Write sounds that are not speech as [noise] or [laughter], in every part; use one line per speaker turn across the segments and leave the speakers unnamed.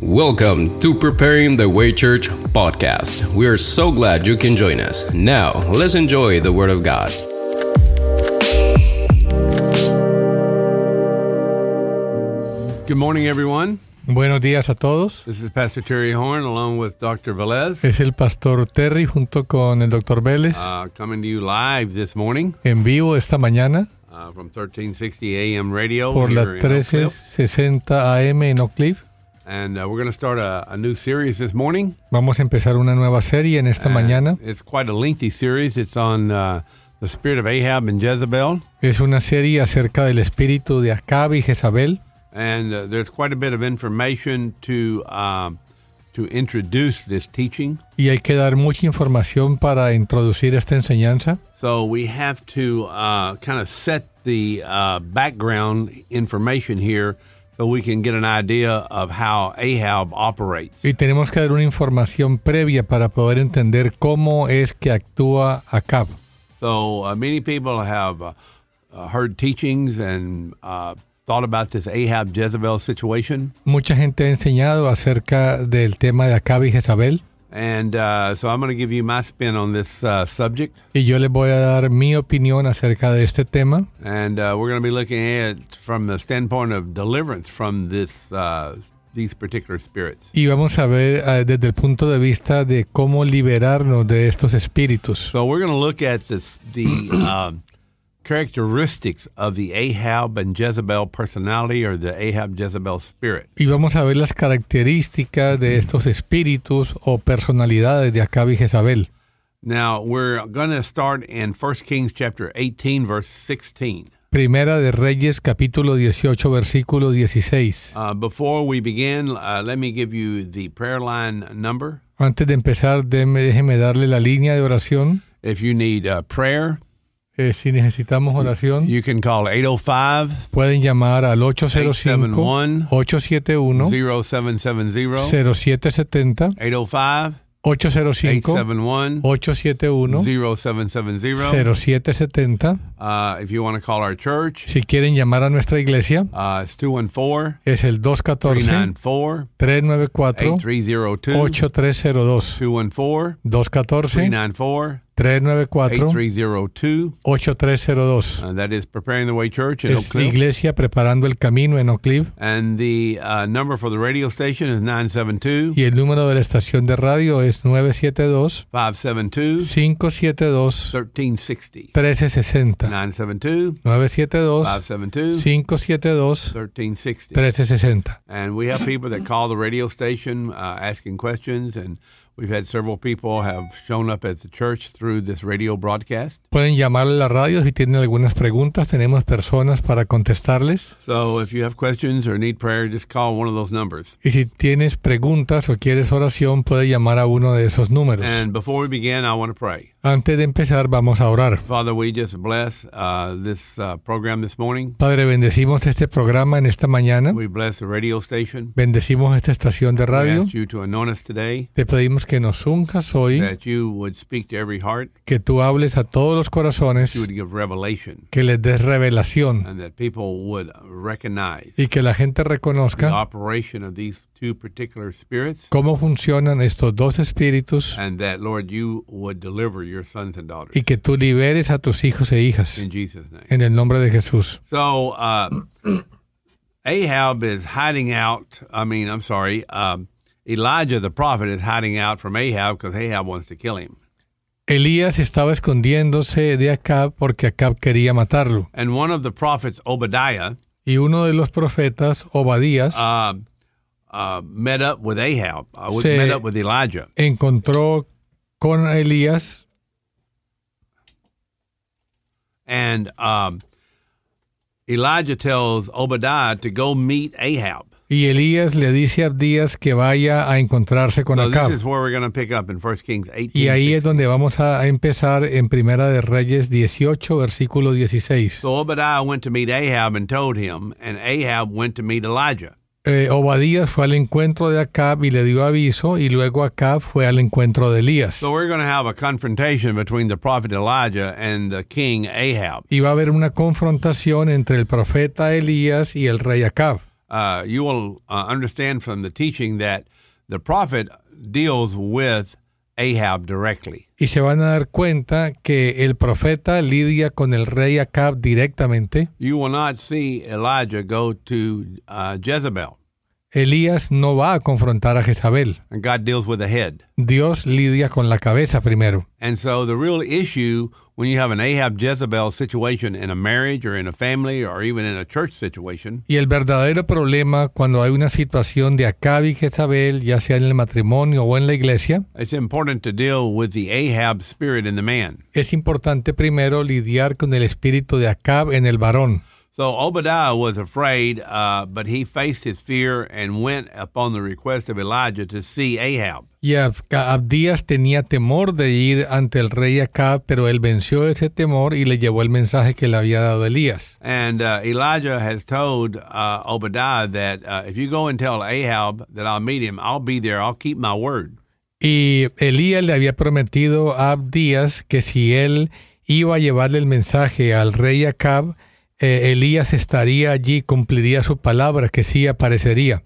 Welcome to Preparing the Way Church podcast. We are so glad you can join us. Now, let's enjoy the Word of God.
Good morning, everyone.
Buenos días a todos.
This is Pastor Terry Horn along with Dr. Velez,
Es el pastor Terry junto con el doctor Vélez
uh, coming to you live this morning
en vivo esta mañana
uh, from 1360 AM radio.
por las
here in Oak Cliff.
13:60 a.m. en Oak Cliff.
And uh, we're going to start a, a new series this morning.
Vamos a empezar una nueva serie en esta
And
mañana.
It's quite a lengthy series. It's on uh, the spirit of Ahab and Jezebel.
Es una serie acerca del espíritu de Acab y Jezabel.
And uh, there's quite a bit of information to, um, to introduce this teaching.
Y hay que dar mucha información para introducir esta enseñanza.
So we have to uh, kind of set the uh, background information here so we can get an idea of how Ahab operates.
Y tenemos que dar una información previa para poder entender cómo es que actúa Acab.
So uh, many people have uh, uh, heard teachings and uh, thought about this Ahab Jezebel situation.
Mucha gente ha enseñado acerca del tema de Acab y Jezabel.
And uh, so I'm going to give you my spin on this uh, subject.
Y yo les voy a dar mi opinión acerca de este tema.
And uh, we're going to be looking at it from the standpoint of deliverance from this, uh, these particular spirits.
Y vamos a ver eh, desde el punto de vista de cómo liberarnos de estos espíritus.
So we're going to look at this the um, characteristics of the Ahab and Jezebel personality, or the Ahab Jezebel spirit.
Y vamos a ver las características de estos espíritus o personalidades de Acab y Jezabel.
Now we're going to start in 1 Kings chapter 18, verse 16.
Primera de Reyes, capítulo 18, versículo 16.
Uh, before we begin, uh, let me give you the prayer line number.
Antes de empezar, déme- déjeme darle la línea de oración.
If you need uh, prayer,
Eh, si necesitamos oración,
you can call 805
pueden llamar al
871 0770.
805-871-0770.
805
805
871
Oh, 871
0770.
0770.
Uh, if you want to call our church,
Si quieren llamar a nuestra iglesia,
uh, it's 214
es el 214
394
394
8302.
8302.
214
214
394
394
8302.
8302.
Uh, that is Preparing the Way Church in Oak
Es la
Cliff.
iglesia preparando el camino en Oak Cliff
And the uh, number for the radio station is 972
y el número de la estación de radio es 972
572
572
1360.
1360.
972
972
572
572
1360.
1360.
And we have people that call the radio station uh, asking questions, and we've had several people have shown up at the church through this radio broadcast.
Pueden llamarle a la radio si tienen algunas preguntas. Tenemos personas para contestarles.
So if you have questions or need prayer, just call one of those numbers.
Y si tienes preguntas o quieres oración, puedes llamar a uno de esos números.
And before we begin, I want to pray.
Antes de empezar, vamos a orar.
Father, we just bless uh, this uh, program this morning.
Padre, bendecimos este programa en esta mañana.
We bless the radio station.
Bendecimos esta estación de
We
radio.
ask you to anoint us today,
Te pedimos que nos unjas hoy,
that you would speak to every heart,
que tú hables a todos los
you
corazones,
would give revelation,
que les des revelación
and that people would recognize
y que la gente
the
reconozca
operation of these two particular spirits.
cómo funcionan estos dos espíritus
and that Lord, you would deliver your sons and daughters
y que tú liberes a tus hijos e hijas
in Jesus' name.
en el nombre de Jesús.
So uh, Ahab is hiding out. I mean, I'm sorry. Um, Elijah the prophet is hiding out from Ahab because Ahab wants to kill him.
Elías estaba escondiéndose de Acab porque Acab quería matarlo.
And one of the prophets, Obadiah,
Y uno de los profetas, Obadías,
uh, uh, met up with Ahab. Uh, with-
Se-
met up with Elijah.
encontró con Elías
And um, Elijah tells Obadiah to go meet Ahab.
y Elías le dice a Abdías que vaya a encontrarse con
So this
Acab.
is where we're going to pick up in 1 Kings 18.
Y ahí es donde vamos a empezar en Primera de Reyes 18, versículo 16.
So Obadiah went to meet Ahab and told him, and Ahab went to meet Elijah.
Eh, Obadías fue al encuentro de Acab y le dio aviso, y luego Acab fue al encuentro de Elías.
So we're going to have a confrontation between the prophet Elijah and the king Ahab.
Y va a haber una confrontación entre el profeta Elías y el rey Acab.
uh, you will uh, understand from the teaching that the prophet deals with Ahab directly.
Y se van a dar cuenta que el profeta lidia con el rey Acab directamente.
You will not see Elijah go to uh, Jezebel,
Elías no va a confrontar a Jezabel.
and God deals with the head.
Dios lidia con la cabeza primero.
And so the real issue when you have an Ahab Jezebel situation in a marriage or in a family or even in a church situation
Y el verdadero problema cuando hay una situación de Acab y Jezabel, ya sea en el matrimonio o en la iglesia,
It's important to deal with the Ahab spirit in the man.
es importante primero lidiar con el espíritu de Acab en el varón.
So Obadiah was afraid, uh, but he faced his fear and went upon the request of Elijah to see Ahab.
Y Ab- Abdías tenía temor de ir ante el rey Acab, pero él venció ese temor y le llevó el mensaje que le había dado Elías.
And uh, Elijah has told uh, Obadiah that uh, if you go and tell Ahab that I'll meet him, I'll be there, I'll keep my word.
Y Elías le había prometido a Abdías que si él iba a llevarle el mensaje al rey Acab, eh, Elías estaría allí, cumpliría su palabra, que sí aparecería.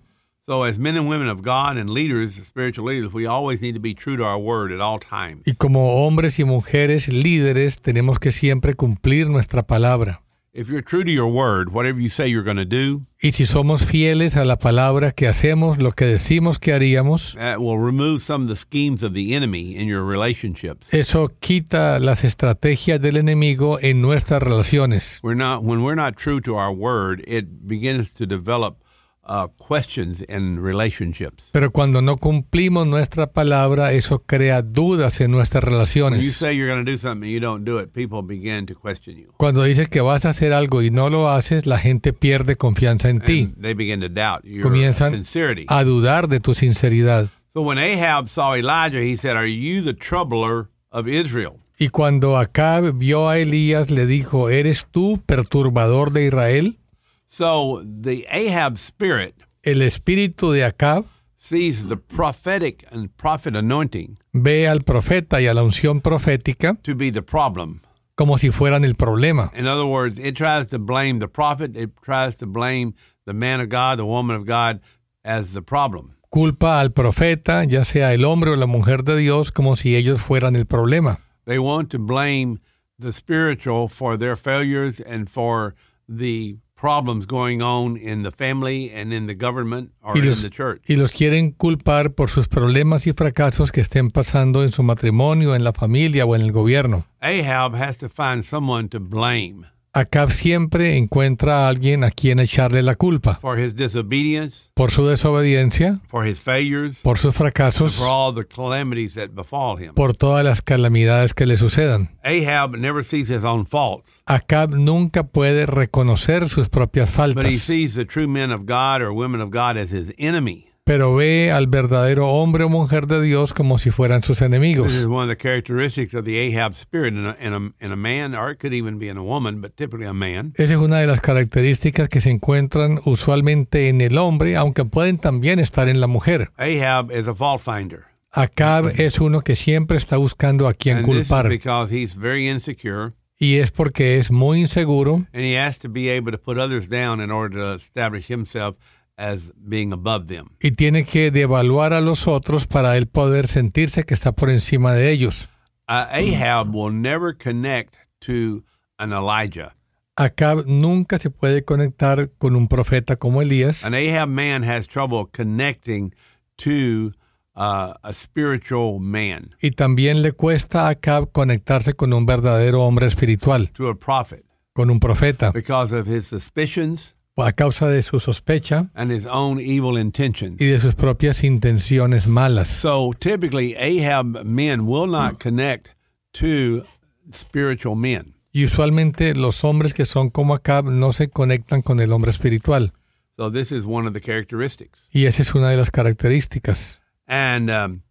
So, as men and women of God and leaders, spiritual leaders, we always need to be true to our word at all times.
Y como hombres y mujeres líderes tenemos que siempre cumplir nuestra palabra.
If you're true to your word, whatever you say you're going to do,
Y si somos fieles a la palabra que hacemos, lo que decimos que haríamos,
that will remove some of the schemes of the enemy in your relationships.
Eso quita las estrategias del enemigo en nuestras relaciones.
We're not when we're not true to our word, it begins to develop uh, questions in relationships.
Pero cuando no cumplimos nuestra palabra, eso crea dudas en nuestras
When you
relaciones.
say you're going to do something and you don't do it, people begin to question you.
Cuando dices que vas a hacer algo y no lo haces, la gente pierde confianza en ti,
And they begin to doubt your
Comienzan
sincerity.
a dudar de tu sinceridad.
So when Ahab saw Elijah, he said, "Are you the troubler of Israel?"
Y cuando Acab vio a Elías, le dijo, ¿eres tú perturbador de Israel?
So the Ahab spirit
El espíritu de Acab
sees the prophetic and prophet anointing
ve al profeta y a la unción profética
to be the problem.
como si fueran el problema.
In other words, it tries to blame the prophet, it tries to blame the man of God, the woman of God as the problem.
culpa al profeta, ya sea el hombre o la mujer de Dios, como si ellos fueran el problema.
They want to blame the spiritual for their failures and for the problems going on in the family and in the government or
Y
in
los,
the church.
y los quieren culpar por sus problemas y fracasos que estén pasando en su matrimonio, en la familia o en el gobierno.
Ahab has to find someone to blame
Acab siempre encuentra a alguien a quien echarle la culpa
for his disobedience,
por su desobediencia,
for his failures,
por sus fracasos,
for all the calamities that befall him.
por todas las calamidades que le sucedan.
Ahab never sees his own faults,
Acab nunca puede reconocer sus propias
but he
faltas,
sees the true men of God or women of God as his enemy.
pero ve al verdadero hombre o mujer de Dios como si fueran sus enemigos.
This is one of the characteristics of the Ahab spirit in a, in a, in a man, or it could even be in a woman, but typically a man.
Esa es una de las características que se encuentran usualmente en el hombre, aunque pueden también estar en la mujer.
Ahab is a fault finder.
Acab es uno que siempre está buscando a quien
And this is
culpar
because he's very insecure,
y es porque es muy inseguro
and he has to be able to put others down in order to establish himself as being above them.
y tiene que devaluar a los otros para él poder sentirse que está por encima de ellos.
Uh, Ahab will never connect to an Elijah.
Acab nunca se puede conectar con un profeta como Elías.
An Ahab man has trouble connecting to uh, a spiritual man,
Y también le cuesta a Acab conectarse con un verdadero hombre espiritual,
to a prophet,
con un profeta,
because of his suspicions
a causa de su sospecha
and his own evil intentions.
y de sus propias intenciones malas.
So typically, Ahab men will not connect to spiritual men.
Y usualmente los hombres que son como Acab no se conectan con el hombre espiritual.
So this is one of the characteristics.
Y esa es una de las características.
And um,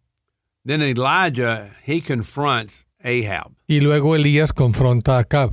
then Elijah he confronts Ahab.
Y luego Elías confronta a Acab.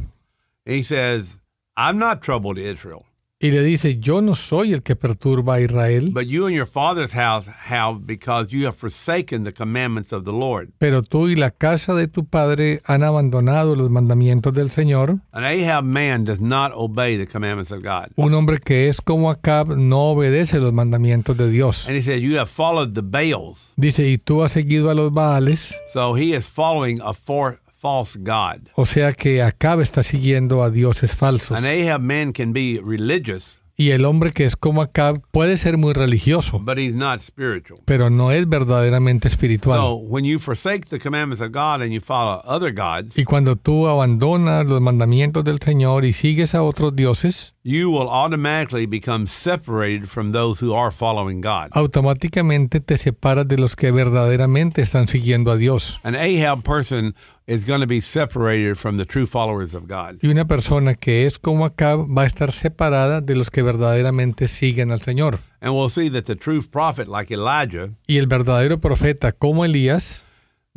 He says, "I'm not troubled, Israel.
y le dice, yo no soy el que perturba a Israel,
But you and your father's house have because you have forsaken the commandments of the Lord.
pero tú y la casa de tu padre han abandonado los mandamientos del Señor.
An Ahab man does not obey the commandments of God.
Un hombre que es como Acab no obedece los mandamientos de Dios.
And he says, You have followed the Baals.
Dice, y tú has seguido a los Baales,
So he is following a for, false God.
o sea que Acab está siguiendo a dioses falsos.
An Ahab man can be religious,
Y el hombre que es como Acab puede ser muy religioso,
but he's not spiritual.
pero no es verdaderamente espiritual.
So when you forsake the commandments of God and you follow other gods,
Y cuando tú abandonas los mandamientos del Señor y sigues a otros dioses,
you will automatically become separated from those who are following God.
automáticamente te separas de los que verdaderamente están siguiendo a Dios.
An Ahab person is going to be separated from the true followers of God.
Y una persona que es como Acab va a estar separada de los que verdaderamente siguen al Señor.
And we'll see that the true prophet, like Elijah,
Y el verdadero profeta como Elías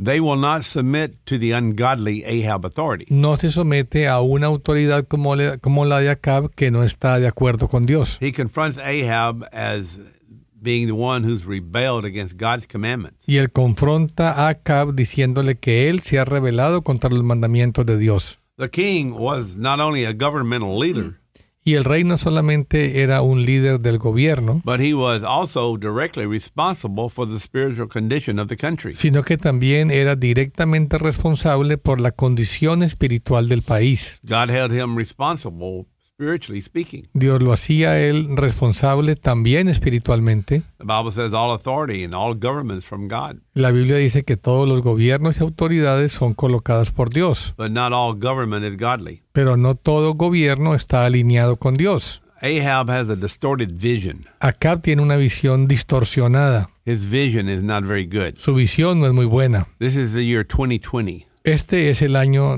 they will not submit to the ungodly Ahab authority.
no se somete a una autoridad como, le- como la de Acab que no está de acuerdo con Dios.
He confronts Ahab as being the one who's rebelled against God's commandments.
Y él confronta a Acab diciéndole que él se ha rebelado contra los mandamientos de Dios.
The king was not only a governmental leader,
Y el rey no solamente era un líder del gobierno,
but he was also directly responsible for the spiritual condition of the country.
sino que también era directamente responsable por la condición espiritual del país.
God held him responsible, spiritually speaking.
Dios lo hacía a él responsable también espiritualmente.
The Bible says all authority and all governments from God,
La Biblia dice que todos los gobiernos y autoridades son colocadas por Dios,
but not all government is godly.
pero no todo gobierno está alineado con Dios.
Ahab has a distorted vision.
Acab tiene una visión distorsionada.
His vision is not very good.
Su visión no es muy buena.
This is the year 2020,
Este es el año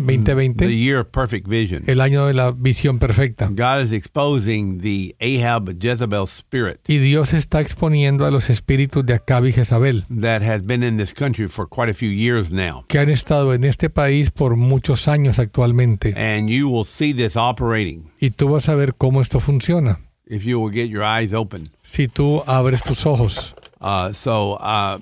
the
2020,
year of perfect vision.
el año de la visión perfecta.
God is exposing the Ahab Jezebel spirit
Y Dios está exponiendo a los espíritus de Acab y Jezabel.
that has been in this country for quite a few years now.
que han estado en este país por muchos años actualmente.
And you will see this operating
Y tú vas a ver cómo esto funciona
if you will get your eyes open.
si tú abres tus ojos.
Uh, so uh,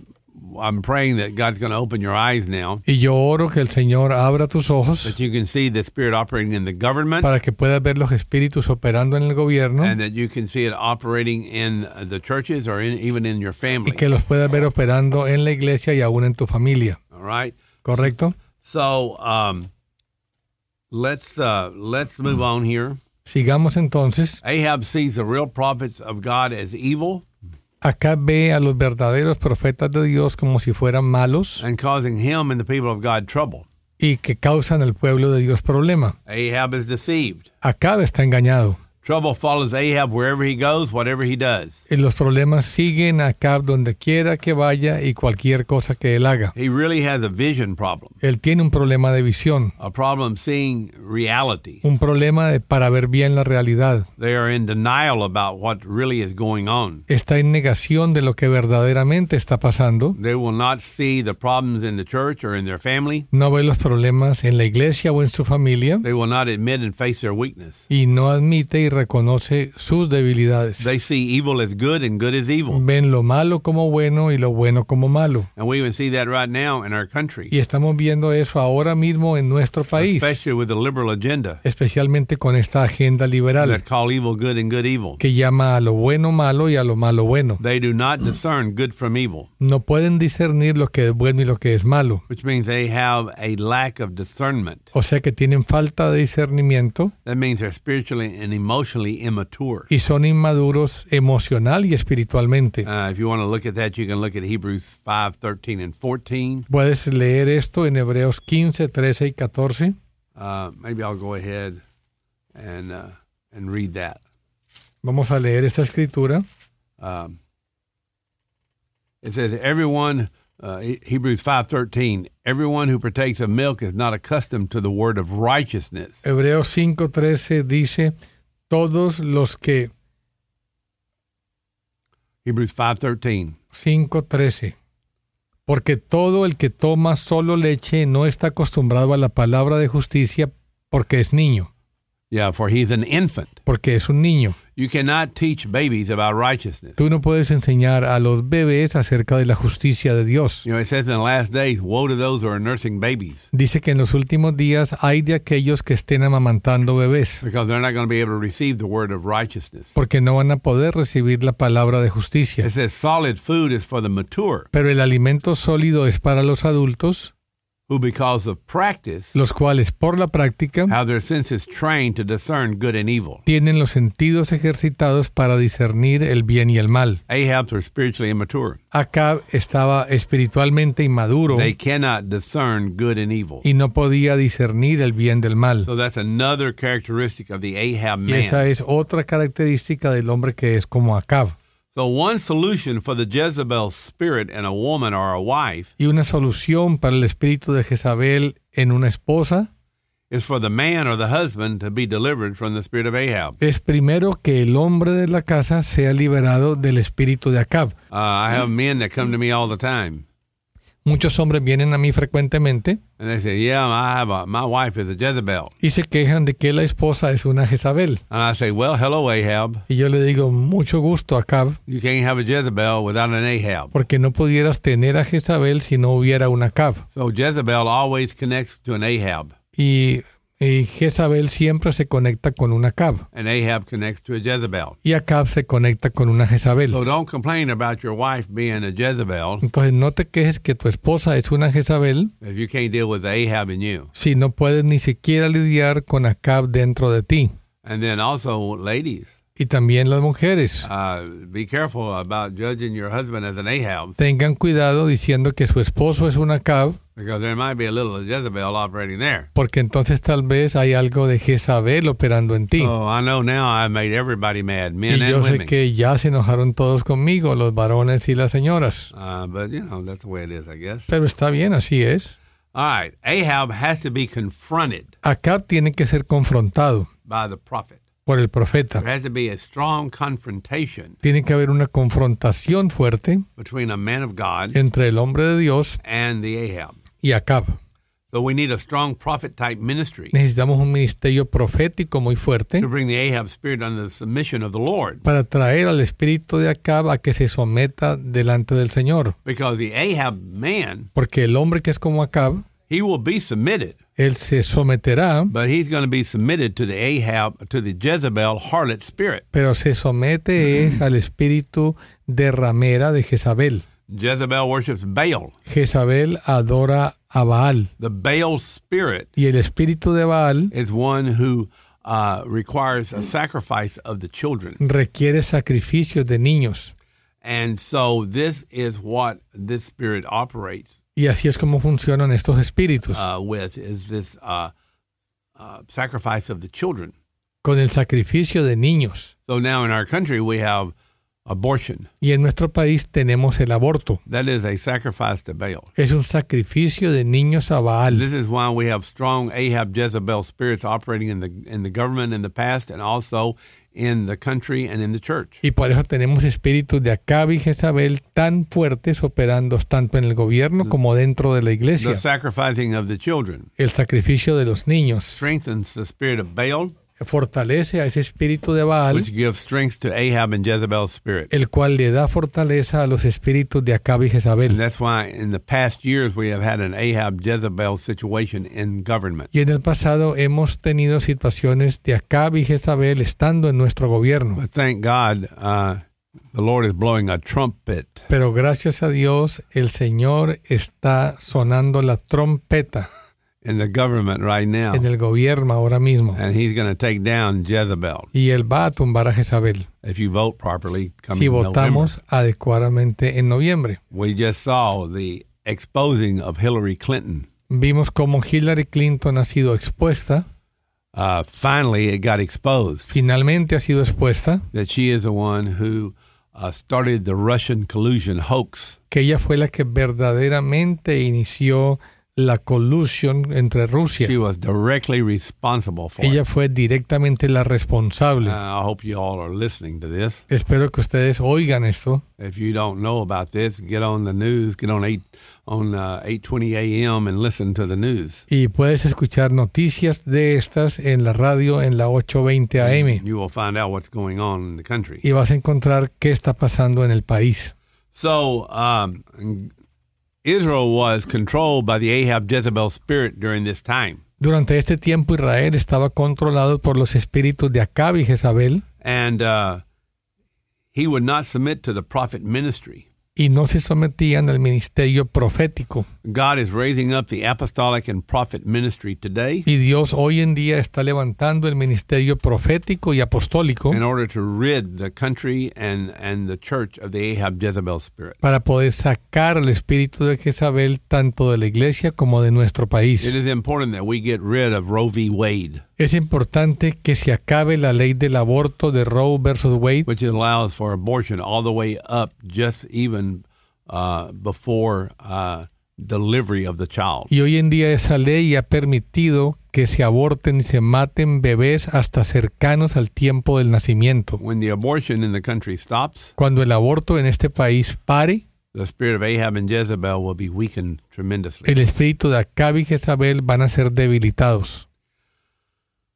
I'm praying that God's going to open your eyes now,
Y yo oro que el Señor abra tus ojos
that you can see the spirit operating in the government.
para que puedas ver los espíritus operando en el gobierno
and that you can see it operating in the churches or in, even in your
y
family.
que los puedas ver operando en la iglesia y aún en tu familia.
All right.
¿Correcto?
So um, let's uh, let's move on here.
Sigamos entonces.
Ahab sees the real prophets of God as evil
Acá ve a los verdaderos profetas de Dios como si fueran malos
and causing him and the people of God trouble.
y que causan al pueblo de Dios problema.
Ahab is deceived.
Acab está engañado.
Trouble follows Ahab wherever he goes, whatever he does.
Y los problemas siguen a Acab donde quiera que vaya y cualquier cosa que él haga.
He really has a vision problem,
Él tiene un problema de visión,
a problem seeing reality.
un problema de- para ver bien la realidad.
They are in denial about what really is going on.
Está en negación de lo que verdaderamente está pasando.
They will not see the problems in the church or in their family.
No ve los problemas en la iglesia o en su familia
They will not admit and face their weakness.
y no admite y reconoce sus debilidades.
They see evil as good and good as evil.
Ven lo malo como bueno y lo bueno como malo.
And we even see that right now in our country,
Y estamos viendo eso ahora mismo en nuestro país,
especially with the liberal agenda
especialmente con esta agenda liberal
that call evil good and good evil.
que llama a lo bueno malo y a lo malo bueno.
They do not discern good from evil,
no pueden discernir lo que es bueno y lo que es malo.
which means they have a lack of discernment.
O sea que tienen falta de discernimiento
That means they're spiritually and emotionally immature.
y son inmaduros emocional y espiritualmente.
Uh, if you want to look at that, you can look at Hebrews 5, 13, and 14.
Puedes leer esto en Hebreos 15, 13 y 14.
Uh, maybe I'll go ahead and, uh, and read that.
Vamos a leer esta escritura.
um, it says everyone uh, He- hebrews 5.13 everyone who partakes of milk is not accustomed to the word of righteousness
Hebreos 5, 13 dice, todos los que...
hebrews 5.13
5, 13. Porque todo el que toma solo leche no está acostumbrado a la palabra de justicia porque es niño.
Yeah, for he's an infant.
porque es un niño.
You cannot teach babies about righteousness.
Tú no puedes enseñar a los bebés acerca de la justicia de Dios.
You know, it says in the last days, woe to those who are nursing babies
Dice que en los últimos días hay de aquellos que estén amamantando bebés,
because they're not going to be able to receive the word of righteousness.
porque no van a poder recibir la palabra de
It
justicia.
says solid food is for the mature
Pero el alimento sólido es para los adultos,
who, because of practice,
los cuales por la práctica
have their senses trained to discern good and evil.
tienen los sentidos ejercitados para discernir el bien y el mal.
Ahabs are spiritually immature.
Acab estaba espiritualmente inmaduro
They cannot discern good and evil.
y no podía discernir el bien del mal.
So that's another characteristic of the Ahab
Y esa
man.
es otra característica del hombre que es como Acab.
So one solution for the Jezebel spirit in a woman or a wife
Y una solución para el espíritu de Jezabel en una esposa
is for the man or the husband to be delivered from the spirit of Ahab.
es primero que el hombre de la casa sea liberado del espíritu de Acab.
Uh, I have men that come to me all the time,
Muchos hombres vienen a mí frecuentemente
and they say, "Yeah, I have a, my wife is a Jezebel,"
y se quejan de que la esposa es una Jezabel.
and I say, "Well, hello, Ahab.
Y yo le digo, mucho gusto Acab,
You can't have a Jezebel without an Ahab."
porque no pudieras tener a Jezabel si no hubiera un Acab.
So Jezebel always connects to an Ahab,
Y, y Jezabel siempre se conecta con un Acab.
and Ahab connects to a Jezebel.
Y Acab se conecta con una Jezabel.
So don't complain about your wife being a Jezebel
Entonces no te quejes que tu esposa es una Jezabel
if you can't deal with the Ahab in you.
si no puedes ni siquiera lidiar con Acab dentro de ti.
And then also, ladies,
Y también las mujeres.
uh, be careful about judging your husband as an Ahab
Tengan cuidado diciendo que su esposo es un Acab,
because there might be a little Jezebel operating there.
porque entonces tal vez hay algo de Jezabel operando en ti.
Oh, I know now I've made everybody mad,
Y
men and
yo sé
women.
que ya se enojaron todos conmigo, los varones y las señoras.
Uh, but, you know, that's the way it is, I guess.
Pero está bien, así es.
All right. Ahab has to be confronted
Acab tiene que ser confrontado
by the prophet.
por el profeta.
There has to be a strong confrontation
Tiene que haber una confrontación fuerte
between a man of God
entre el hombre de Dios
and the Ahab.
y Acab.
So we need a strong prophet type ministry
Necesitamos un ministerio profético muy fuerte
to bring the Ahab spirit under the submission of the Lord.
para traer al espíritu de Acab a que se someta delante del Señor.
Because the Ahab man,
Porque el hombre que es como Acab,
he will be submitted,
él se someterá,
but he's going to be submitted to the Ahab, to the Jezebel harlot spirit.
pero se somete es al espíritu de ramera de Jezabel.
Jezebel worships Baal.
Jezabel adora a Baal
The Baal spirit
y el espíritu de Baal
is one who uh, requires a sacrifice of the children.
requiere sacrificios de niños.
And so this is what this spirit operates
Y así es como funcionan estos espíritus,
uh, with is this uh, uh, sacrifice of the children.
con el sacrificio de niños.
So now in our country we have abortion.
Y en nuestro país tenemos el aborto.
That is a sacrifice to Baal.
Es un sacrificio de niños a Baal.
This is why we have strong Ahab Jezebel spirits operating in the in the government in the past and also in the country and in the church.
Y por eso tenemos espíritus de Acab y Jezabel tan fuertes operando tanto en el gobierno como dentro de la iglesia.
The sacrificing of the children
El sacrificio de los niños
strengthens the spirit of Baal,
fortalece a ese espíritu de Baal,
which gives strength to Ahab and Jezebel's spirit.
el cual le da fortaleza a los espíritus de Acab y
And
Jezabel.
that's why in the past years we have had an Ahab Jezebel situation in government.
Y en el pasado hemos tenido situaciones de Acab y Jezabel estando en nuestro gobierno.
But thank God, uh, the Lord is blowing a trumpet.
Pero gracias a Dios el Señor está sonando la trompeta
in the government right now,
en el gobierno ahora mismo.
and he's going to take down Jezebel
Y él va a tumbar a Jezabel.
if you vote properly. Coming
si
November.
votamos adecuadamente en noviembre.
We just saw the exposing of Hillary Clinton.
Vimos cómo Hillary Clinton ha sido expuesta,
Uh, finally, it got exposed
finalmente ha sido expuesta,
that she is the one who uh, started the Russian collusion hoax.
que ella fue la que verdaderamente inició la colusión entre Rusia.
She was directly responsible for
Ella
it.
fue directamente la responsable.
Uh, I hope you all are listening to this.
Espero que ustedes oigan esto.
If you don't know about this, get on the news. Get on eight on uh, eight twenty a.m. and listen to the news.
Y puedes escuchar noticias de estas en la radio en la 820 AM.
And you will find out what's going on in the country.
Y vas a encontrar qué está pasando en el país.
So um, Israel was controlled by the Ahab Jezebel spirit during this time,
Durante este tiempo Israel estaba controlado por los espíritus de Acab y Jezabel
and uh, he would not submit to the prophet ministry.
y no se sometían al ministerio profético.
God is raising up the apostolic and prophet ministry today
Y Dios hoy en día está levantando el ministerio profético y apostólico
in order to rid the country and, and the church of the Ahab Jezebel spirit.
para poder sacar el espíritu de Jezabel tanto de la iglesia como de nuestro
It
país.
is important that we get rid of Roe v. Wade,
Es importante que se acabe la ley del aborto de Roe versus Wade,
which allows for abortion all the way up, just even uh, before uh, delivery of the child.
y hoy en día esa ley ha permitido que se aborten y se maten bebés hasta cercanos al tiempo del nacimiento.
When the abortion in the country stops,
Cuando el aborto en este país pare,
the spirit of Ahab and Jezebel will be weakened tremendously.
el espíritu de Acab y Jezabel van a ser debilitados.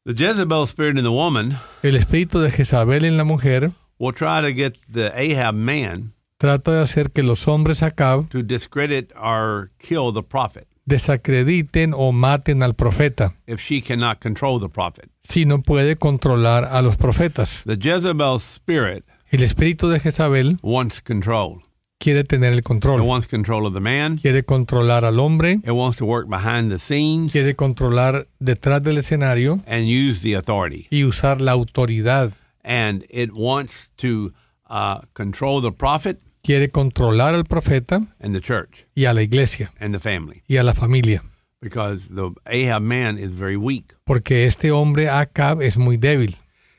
The Jezebel spirit in the woman
El espíritu de Jezabel en la mujer
will try to get the Ahab man
trata de hacer que los hombres Acab
to discredit or kill the prophet
desacrediten o maten al profeta,
if she cannot control the prophet.
si no puede controlar a los profetas.
The Jezebel spirit
El espíritu de Jezabel
wants control.
quiere tener el
It
control,
wants control of the man.
quiere controlar al hombre,
It wants to work behind the scenes
quiere controlar detrás del escenario
and use the authority.
y usar la autoridad,
And it wants to uh, control the prophet
quiere controlar al profeta
and the church
y a la iglesia
and the family
y a la familia,
because the Ahab man is very weak.
porque este hombre Acab es muy débil.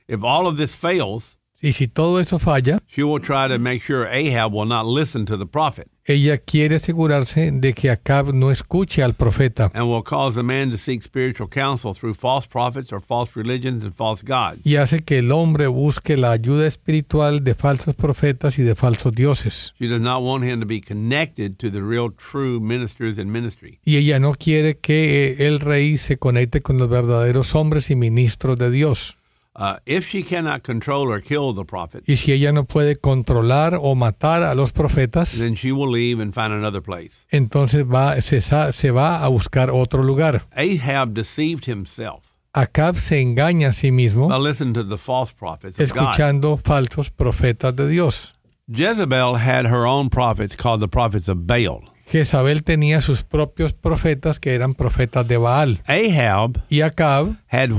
If all of this fails,
Y si todo eso falla,
she will try to make sure Ahab will not listen to the prophet
ella quiere asegurarse de que Acab no escuche al profeta
and will cause a man to seek spiritual counsel through false prophets or false religions and false gods.
y hace que el hombre busque la ayuda espiritual de falsos profetas y de falsos dioses.
She does not want him to be connected to the real true ministers and ministry.
Y ella no quiere que eh, el rey se conecte con los verdaderos hombres y ministros de Dios.
Uh, if she cannot control or kill the prophet,
Y si ella no puede controlar o matar a los profetas,
then she will leave and find another place.
entonces va, se, sa- se va a buscar otro lugar.
Ahab deceived himself
Acab se engaña a sí mismo
by listening to the false prophets of God.
escuchando falsos profetas de Dios.
Jezebel had her own prophets called the prophets of Baal.
Jezabel tenía sus propios profetas que eran profetas de Baal.
Ahab
Y Acab
had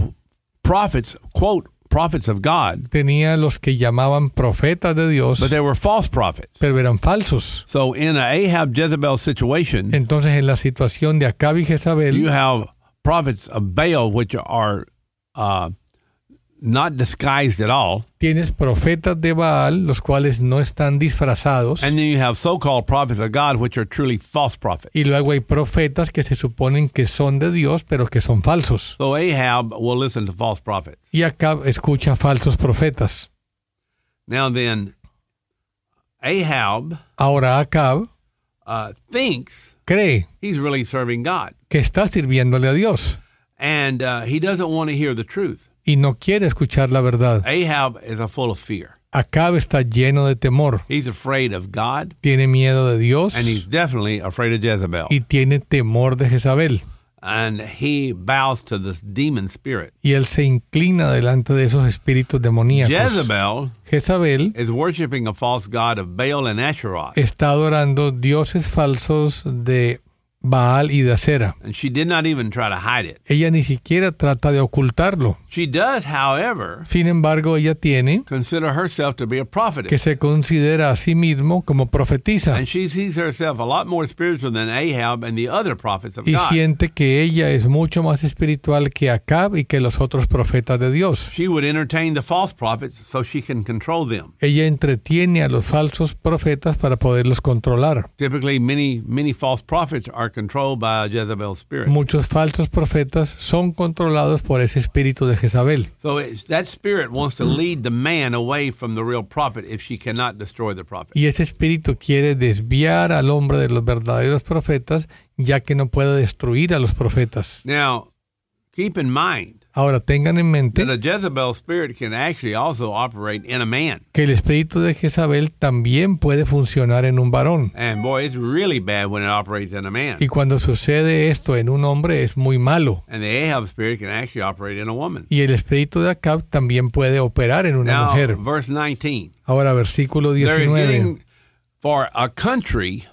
prophets, quote, prophets of God,
tenía los que llamaban profetas de Dios,
but they were false prophets.
pero eran falsos.
So in a Ahab Jezebel situation,
Entonces, en la situación de Acab y Jezabel,
you have prophets of Baal, which are uh, not disguised at all,
tienes profetas de Baal, los cuales no están disfrazados,
and then you have so-called prophets of God, which are truly false prophets.
y luego hay profetas que se suponen que son de Dios, pero que son falsos.
So Ahab will listen to false prophets.
Y Acab escucha falsos profetas.
Now then, Ahab
Ahora Acab
uh, thinks
cree
he's really serving God,
que está sirviéndole a Dios
and uh, he doesn't want to hear the truth.
y no quiere escuchar la verdad.
Ahab is a full of fear.
Acab está lleno de temor,
He's afraid of God,
tiene miedo de Dios
and he's definitely afraid of Jezebel.
y tiene temor de Jezabel.
And he bows to this demon spirit.
y él se inclina delante de esos espíritus demoníacos.
Jezebel
Jezabel
is worshiping a false god of Baal and Asherah,
está adorando dioses falsos de Baal y de Acera.
and she did not even try to hide it.
Ella ni siquiera trata de ocultarlo.
She does, however,
Sin embargo, ella tiene
consider herself to be a
que
prophetess,
se considera a sí mismo como profetiza
and she sees herself a lot more spiritual than Ahab and the other prophets of
y
God.
siente que ella es mucho más espiritual que Acab y que los otros profetas de Dios.
She would entertain the false prophets so she can control them.
Ella entretiene a los falsos profetas para poderlos controlar.
Typically, many many false prophets are are controlled by Jezebel's spirit.
Muchos falsos profetas son controlados por ese espíritu de Jezabel.
So it's, that spirit wants to lead the man away from the real prophet if she cannot destroy the prophet.
Y ese espíritu quiere desviar al hombre de los verdaderos profetas, ya que no puede destruir a los profetas.
Now, keep in mind
Ahora tengan en mente
that a Jezebel spirit can actually also operate in a man.
que el espíritu de Jezabel también puede funcionar en un varón.
And boy, it's really bad when it operates in a man.
Y cuando sucede esto en un hombre es muy malo.
And the Ahab spirit can actually operate in a woman.
Y el espíritu de Acab también puede operar en una
Now,
mujer.
verse 19.
Ahora, versículo
There is
19
getting for a country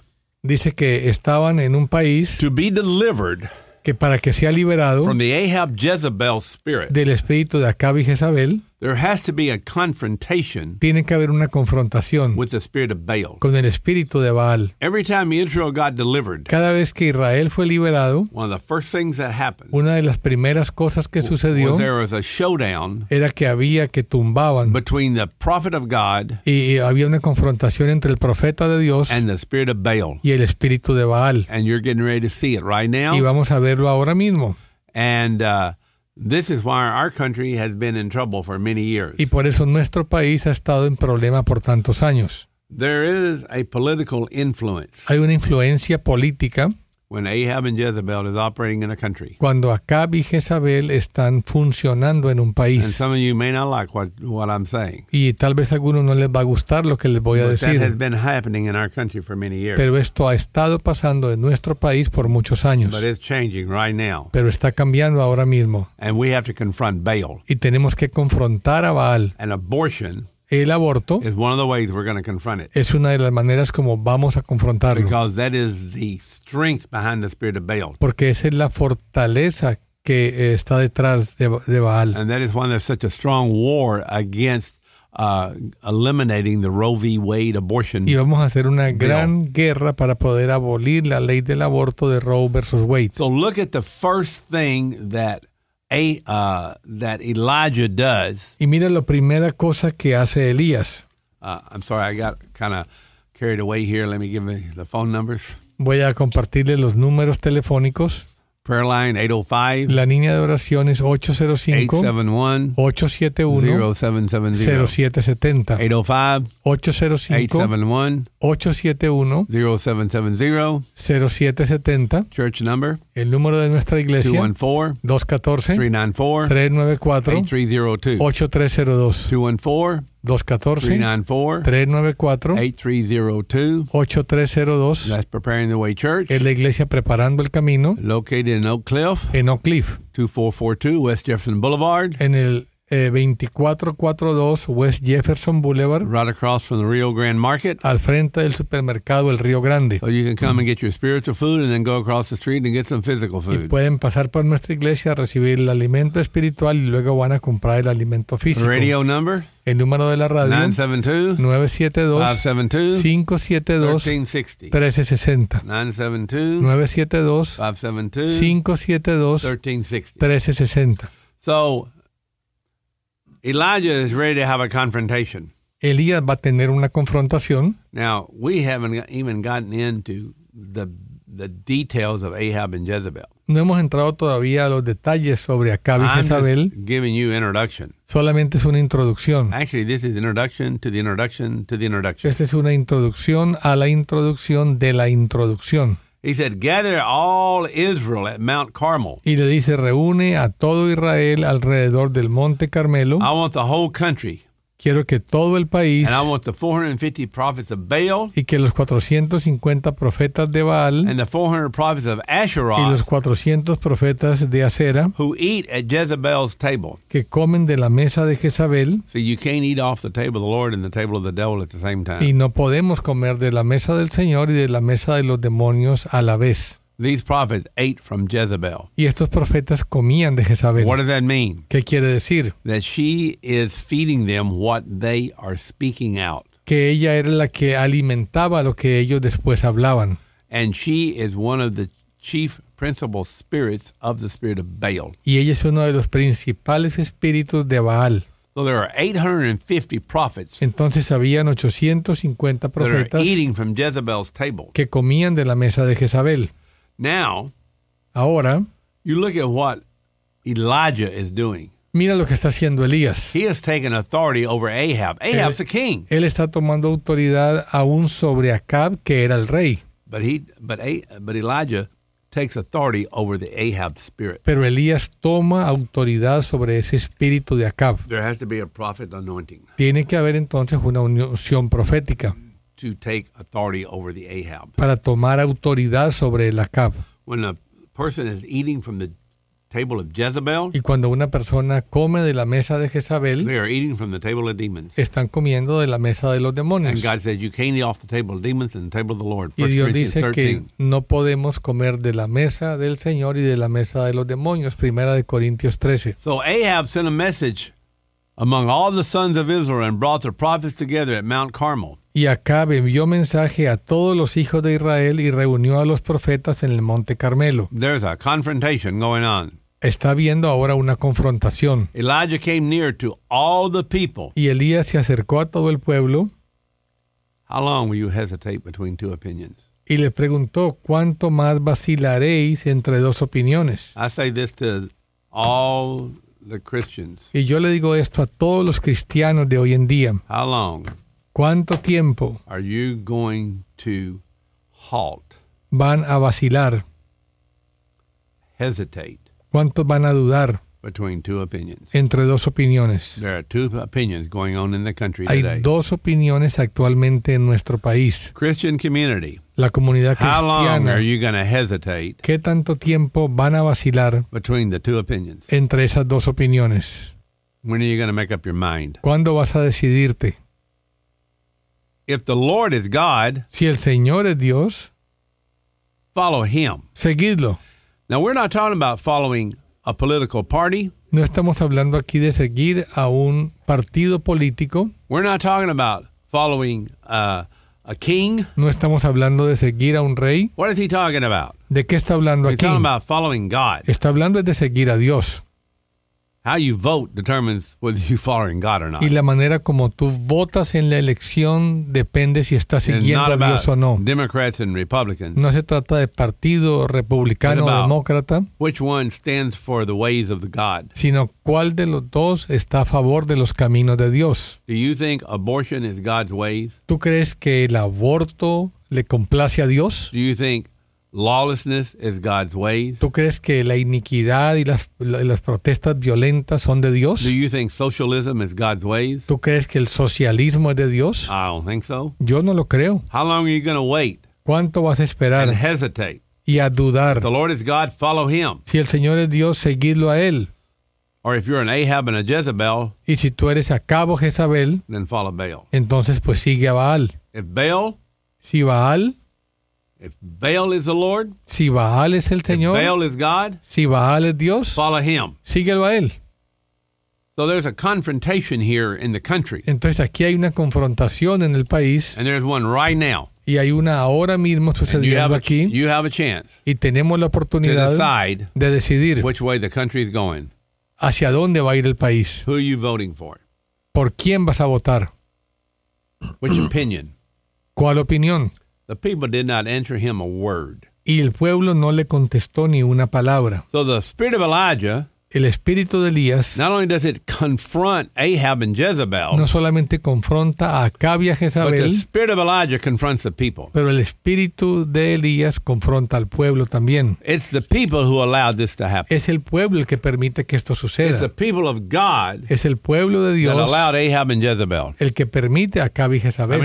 dice que estaban en un país
to be delivered
que para que sea liberado
from the Ahab Jezebel spirit,
del espíritu de Acab y Jezabel,
there has to be a confrontation
tiene que haber una confrontación
with the spirit of Baal.
con el espíritu de Baal.
Every time Israel got delivered,
Cada vez que Israel fue liberado,
one of the first things that happened
una de las primeras cosas que sucedió
was there was a showdown
era que había que tumbaban
between the prophet of God
y y había una confrontación entre el profeta de Dios
and the spirit of Baal.
y el espíritu de Baal.
And you're getting ready to see it right
Y
now.
vamos a verlo ahora mismo.
And uh, this is why our country has been in trouble for many years.
Y por eso nuestro país ha estado en problema por tantos años.
There is a political influence
Hay una influencia política
when Ahab and Jezebel is operating in a country.
cuando Acab y Jezabel están funcionando en un
And
país.
some of you may not like what, what I'm saying.
Y tal vez a algunos no les va a gustar lo que les voy a
But that has
decir,
been happening in our country for many years.
pero esto ha estado pasando en nuestro país por muchos años,
But it's changing right now.
pero está cambiando ahora mismo.
And we have to confront Baal.
Y tenemos que confrontar a Baal.
And abortion
El aborto
is one of the ways we're going to confront it
es una de las maneras como vamos a confrontarlo,
because that is the strength behind the spirit of Baal.
porque esa es la fortaleza que eh, está detrás de, de Baal.
And that is why there's such a strong war against uh, eliminating the Roe v. Wade abortion.
Y vamos a hacer una gran guerra para poder abolir la ley del aborto de Roe versus Wade.
So look at the first thing that a uh, that Elijah does.
Y mira la primera cosa que hace Elías.
Uh, I'm sorry, I got kind of carried away here. Let me give you the phone numbers.
Voy a compartirles los números telefónicos.
Prayer line 805
La línea de oración es
871
805-871-0770.
0770. 805 871 0770.
805-871-0770.
Church number
El número de nuestra iglesia,
214 394
214-394-8302.
8302. 214 394
214-394-8302.
8302. That's Preparing the Way Church,
Es la iglesia preparando el camino
located in Oak Cliff,
en Oak Cliff,
2442 West Jefferson Boulevard,
en el eh, 2442 West Jefferson Boulevard,
right across from the Rio Grande Market.
al frente del supermercado El Río Grande.
So Oh, you can come and get your spiritual food and then go across the street and get some physical
Y
food.
pueden pasar por nuestra iglesia a recibir el alimento espiritual y luego van a comprar el alimento físico.
Radio number
El número de la radio
972
972
572
572
1360. 972
1360. 972
572
572
1360.
1360.
So Elijah is ready to have a confrontation.
Elías va a tener una confrontación.
Now, we haven't even gotten into the the details of Ahab and Jezebel.
No hemos entrado todavía a los detalles sobre Acab y
I'm
Jezabel.
just giving you introduction.
Solamente es una introducción.
Actually, this is introduction to the introduction to the introduction.
Esta es una introducción a la introducción de la introducción.
He said, "Gather all Israel at Mount Carmel.
Y le dice, reúne a todo Israel alrededor del monte Carmelo.
I want the whole country,
Quiero que todo el país
and I want the 450 prophets of Baal
y que los 450 profetas de Baal
and the 400 prophets of
y los
Asherah
400 profetas de Acera
who eat at Jezebel's table."
que comen de la mesa de Jezabel
See, you can't eat off the table of the Lord and the table of the devil at the same
y
time.
no podemos comer de la mesa del Señor y de la mesa de los demonios a la vez.
These prophets ate from Jezebel.
Y estos profetas comían de Jezabel.
What does that mean?
¿Qué quiere decir?
That she is feeding them what they are speaking out.
Que ella era la que alimentaba lo que ellos después hablaban.
and she is one of the chief principal spirits of the spirit of Baal.
Y ella es uno de los principales espíritus de Baal.
So there are 850 prophets
Entonces habían 850
that are
profetas
eating from Jezebel's table.
que comían de la mesa de Jezabel.
Now,
Ahora,
you look at what Elijah is doing.
mira lo que está haciendo Elías.
He has taken authority over Ahab. Ahab's a king,
Él está tomando autoridad aún sobre Acab, que era el rey.
but he but a, but Elijah takes authority over the Ahab spirit.
Pero Elías toma autoridad sobre ese espíritu de Acab.
There has to be a prophet anointing
Tiene que haber entonces una unción profética
to take authority over the Ahab.
para tomar autoridad sobre el Acab.
When a person is eating from the table of Jezebel,
Y cuando una persona come de la mesa de Jezabel,
they are eating from the table of demons.
están comiendo de la mesa de los demonios.
And God says, You can't eat off the table of demons and the table of the Lord.
Y
1
Dios
Corinthians
dice que
13.
no podemos comer de la mesa del Señor y de la mesa de los demonios. Primera de Corintios 13.
So Ahab sent a message among all the sons of Israel and brought the prophets together at Mount Carmel.
Y Acab envió mensaje a todos los hijos de Israel y reunió a los profetas en el monte Carmelo.
There's a confrontation going on.
Está viendo ahora una confrontación.
Elijah came near to all the people.
Y Elías se acercó a todo el pueblo
How long will you hesitate between two opinions?
y les preguntó, ¿cuánto más vacilaréis entre dos opiniones?
I say this to all the Christians.
Y yo le digo esto a todos los cristianos de hoy en día.
How long
¿Cuánto tiempo
are you going to halt,
van a vacilar?
hesitate
¿Cuántos van a dudar
between two opinions?
entre dos opiniones?
There are two opinions going on in the country
Hay
today.
dos opiniones actualmente en nuestro país.
Christian community.
La comunidad
How long are
cristiana.
you going to hesitate
¿Qué tanto tiempo van a vacilar
between the two opinions?
entre esas dos opiniones?
When are you going to make up your mind?
¿Cuándo vas a decidirte?
If the Lord is God,
Si el Señor es Dios,
follow him.
seguidlo.
Now, we're not talking about following a political party.
No estamos hablando aquí de seguir a un partido político,
We're not talking about following uh, a king.
no estamos hablando de seguir a un rey.
What is he talking about?
¿De qué está hablando
He's
aquí?
talking about following God.
Está hablando de seguir a Dios.
How you vote determines whether you're [laughs] following God or not.
Y la manera como tú votas en la elección depende si estás
It's
siguiendo
not
a
about
Dios o no. Mm.
Democrats and Republicans.
No se trata de partido republicano
What
o
about-
demócrata,
Which one stands for the ways of the God?
sino cuál de los dos está a favor de los caminos de Dios.
Do you think abortion is God's ways?
¿Tú crees que el aborto le complace a Dios?
Do you think lawlessness is God's ways?
¿Tú crees que la iniquidad y las, la- las protestas violentas son de Dios?
Do you think socialism is God's ways?
¿Tú crees que el socialismo es de Dios?
I don't think so.
Yo no lo creo.
How long are you going to wait
¿Cuánto vas a
and
esperar
hesitate?
y a dudar?
If the Lord is God, follow him.
Si el Señor es Dios, seguidlo a Él.
Or if you're an Ahab and a Jezebel,
Y si tú eres a cabo Jezabel,
then follow Baal.
entonces pues sigue a Baal.
If Baal,
Si Baal,
if Baal is the Lord,
si Baal es el
if
Señor,
Baal is God,
si Baal es Dios,
follow him.
síguelo a Él.
So there's a confrontation here in the country.
Entonces aquí hay una confrontación en el país
And there's one right now.
y hay una ahora mismo
And you have
sucediendo
a,
aquí
you have a chance
y tenemos la
to
oportunidad
decide
de decidir
which way the country is going.
hacia dónde va a ir el país,
Who are you voting for?
por quién vas a votar,
Which opinion?
cuál opinión.
The people did not answer him a word.
Y el pueblo no le contestó ni una palabra.
So the spirit of Elijah
El espíritu de Elías
not only does it confront Ahab and Jezebel,
no solamente confronta a Acab y a
but the
Jezabel,
spirit of Elijah confronts the people.
Pero el espíritu de Elías confronta al pueblo también.
It's the people who allowed this to happen.
Es el pueblo el que permite que esto
It's the
suceda.
people of God
Es el pueblo de
that
Dios
allowed Ahab and Jezebel.
el que permite a Acab y
How many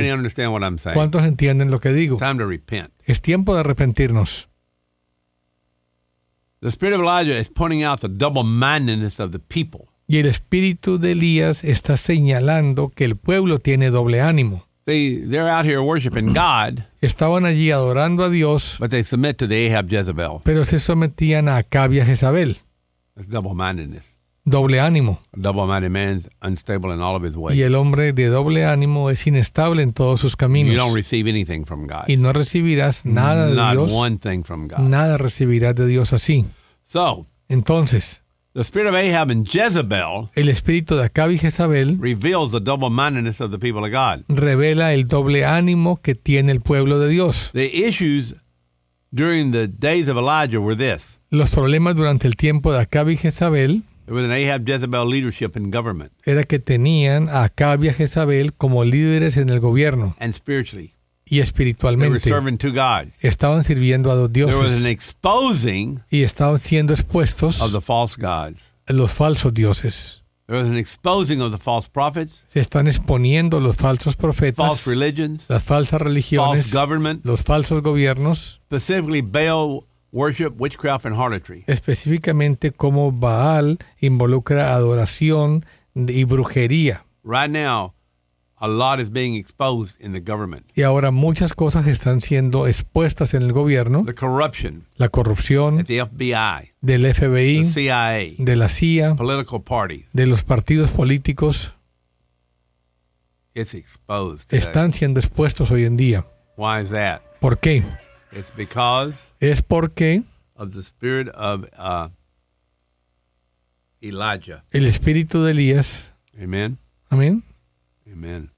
Jezabel.
understand what I'm saying?
¿Cuántos entienden lo que digo?
Time to repent.
Es tiempo de arrepentirnos.
The spirit of Elijah is pointing out the double mindedness of the people.
Y el espíritu de Elías está señalando que el pueblo tiene doble ánimo.
See, they're out here
[clears throat]
worshiping God,
Estaban allí adorando a Dios,
but they submit to the Ahab Jezebel.
pero se sometían a Acab y a Jezabel.
That's double mindedness.
Doble ánimo.
A double minded man's unstable in all of his ways.
Y el hombre de doble ánimo es inestable en todos sus
You don't
caminos.
receive anything from God.
Y no recibirás nada de
Not
Dios
one thing from God.
nada recibirás de Dios así.
So,
Entonces,
the spirit of Ahab and Jezebel
el espíritu de Acab y Jezabel
reveals the double mindedness of the people of God.
revela el doble ánimo que tiene el pueblo de Dios.
The issues during the days of Elijah were this.
Los problemas durante el tiempo de Acab y Jezabel
It was an Ahab Jezebel leadership in government
era que tenían a Acab y a Jezabel como líderes en el gobierno
and spiritually.
y
They were
espiritualmente.
serving two gods.
Estaban sirviendo a dos
There was an
dioses
exposing
y estaban siendo expuestos
of the false gods.
a los falsos dioses.
There was an exposing of the false prophets,
Se están exponiendo los falsos
false
profetas,
religions,
las falsas
false
religiones,
government,
los falsos gobiernos,
specifically Baal worship, witchcraft, and harlotry.
específicamente como Baal involucra adoración y brujería.
Right now, a lot is being exposed in the government.
Y ahora muchas cosas están siendo expuestas en el gobierno,
The corruption
la corrupción
at the FBI,
del
the
FBI,
CIA,
de la CIA,
political parties,
de los partidos políticos,
it's exposed. today.
están siendo expuestos hoy en día.
Why is that?
¿Por qué?
It's because
Es porque
of the spirit of uh, Elijah.
el espíritu de Elías,
Amen.
amén,
Amen.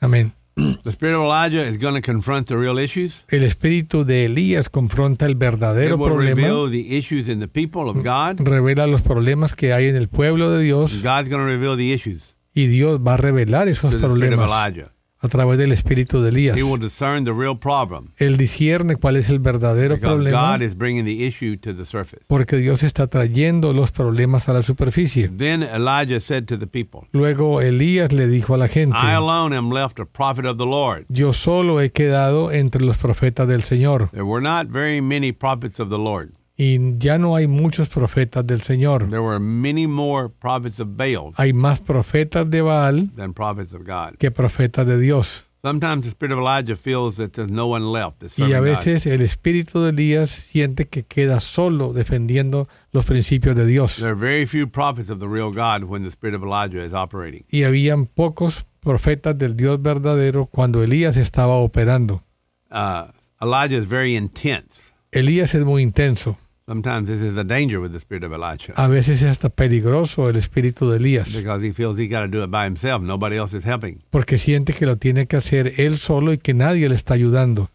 amén.
The spirit of Elijah is going to confront the real issues.
El espíritu de Elías confronta el
It
verdadero
will
problema,
reveal the issues in the people of God.
revela los problemas que hay en el pueblo de Dios
God's going to reveal the issues
y Dios va a revelar esos
to the spirit of
problemas
Elijah.
a través del espíritu de Elías.
He will discern the real problem
Él discierne cuál es el verdadero
because
problema
God is bringing the issue to the surface.
porque Dios está trayendo los problemas a la superficie.
Then Elijah said to the people,
Luego Elías le dijo a la gente,
I alone am left a prophet of the Lord.
yo solo he quedado entre los profetas del Señor,
There were not very many prophets of the Lord.
y ya no hay muchos profetas del Señor,
There were many more prophets of Baal
hay más profetas de Baal
than prophets of God.
que profetas de Dios.
Sometimes the spirit of Elijah feels that there's no one left that's
Y
serving
a
God.
veces el espíritu de Elías siente que queda solo defendiendo los principios de Dios.
There are very few prophets of the real God when the spirit of Elijah is operating.
Y habían pocos profetas del Dios verdadero cuando Elías estaba operando.
Uh, Elijah is very intense.
Elías es muy intenso.
Sometimes this is a danger with the spirit of Elijah
A veces es hasta peligroso el espíritu de Elías,
because he feels he got to do it by himself. Nobody else is helping.
porque siente que lo tiene que hacer él solo y que nadie le está ayudando.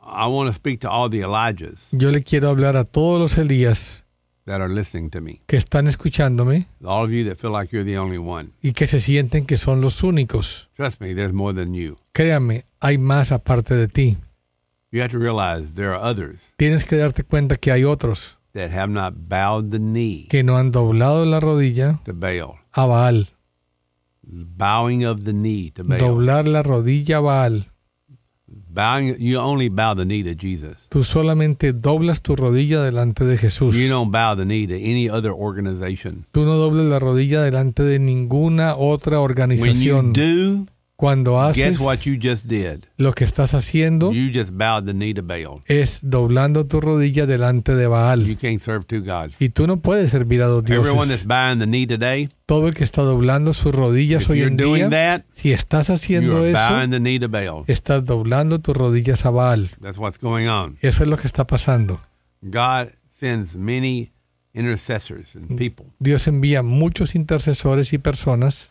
I want to speak to all the Elijahs
Yo le quiero hablar a todos los Elías
that are listening to me.
que están escuchándome
All of you that feel like you're the only one.
y que se sienten que son los únicos.
Trust me, there's more than you.
Créame, hay más aparte de ti.
You have to realize there are others
Tienes que darte cuenta que hay otros
that have not bowed the knee
que no han doblado la rodilla
to Baal.
a Baal.
Bowing of the knee to Baal.
Doblar la rodilla a Baal.
Bowing, you only bow the knee to Jesus.
Tú solamente doblas tu rodilla delante de Jesús.
You don't bow the knee to any other organization.
Tú no dobles la rodilla delante de ninguna
When
otra
you
organización.
do,
Cuando haces
guess what you just did?
lo que estás haciendo
You just bowed the knee to Baal.
es doblando tu rodilla delante de
You
Baal.
can't serve two gods.
Y tú no puedes servir a dos
Everyone that's
dioses.
bowing the knee today,
Todo el que está doblando sus rodillas
if
hoy
you're
en
doing
día,
that,
si estás
you
haciendo
are
eso,
bowing the knee to Baal.
estás doblando tus rodillas a Baal.
That's what's going on.
Eso es lo que está pasando.
God sends many intercessors
Mm.
and people.
Dios envía muchos intercesores y personas.